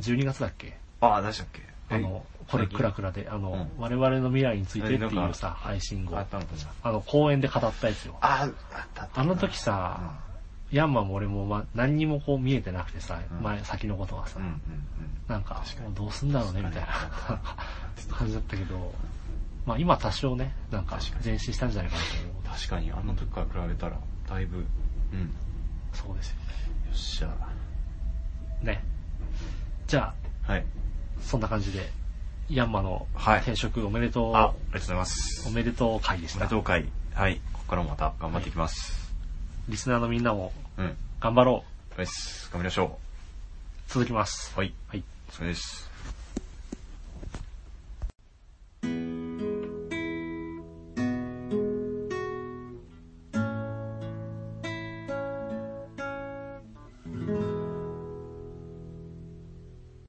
[SPEAKER 1] 12月だっけ
[SPEAKER 2] あ出したっけ
[SPEAKER 1] あのこれクラクラであの我々の未来についてっていうさ配信後
[SPEAKER 2] あったのかじゃん
[SPEAKER 1] あの、公園で語ったやつよ。
[SPEAKER 2] ああったあった
[SPEAKER 1] あの時さ、ヤンマも俺も、ま、何にもこう見えてなくてさ、
[SPEAKER 2] うん
[SPEAKER 1] 前、先のことがさ、
[SPEAKER 2] うんうんうん
[SPEAKER 1] なんか
[SPEAKER 2] 確か、に
[SPEAKER 1] もうどうすんだろうね、みたいな感じだったけど、まあ今多少ね、なんか
[SPEAKER 2] 確かに
[SPEAKER 1] 前進したんじゃないかなと思う。
[SPEAKER 2] 確かにあの時から比べたらだいぶうんよ
[SPEAKER 1] そうですよ
[SPEAKER 2] っしゃ
[SPEAKER 1] ね。ね。じゃあ、
[SPEAKER 2] はい
[SPEAKER 1] そんな感じで、ヤンマの
[SPEAKER 2] はい
[SPEAKER 1] 転職おめでとう、
[SPEAKER 2] あありがとうございます
[SPEAKER 1] おめでとう会でし
[SPEAKER 2] おめ
[SPEAKER 1] た
[SPEAKER 2] で。とう会はいここからもまた頑張っていきます、
[SPEAKER 1] リスナーのみんなも
[SPEAKER 2] うん
[SPEAKER 1] 頑張ろう。
[SPEAKER 2] よし頑張りましょ
[SPEAKER 1] 続きます。
[SPEAKER 2] うはい
[SPEAKER 1] はい
[SPEAKER 2] お疲れです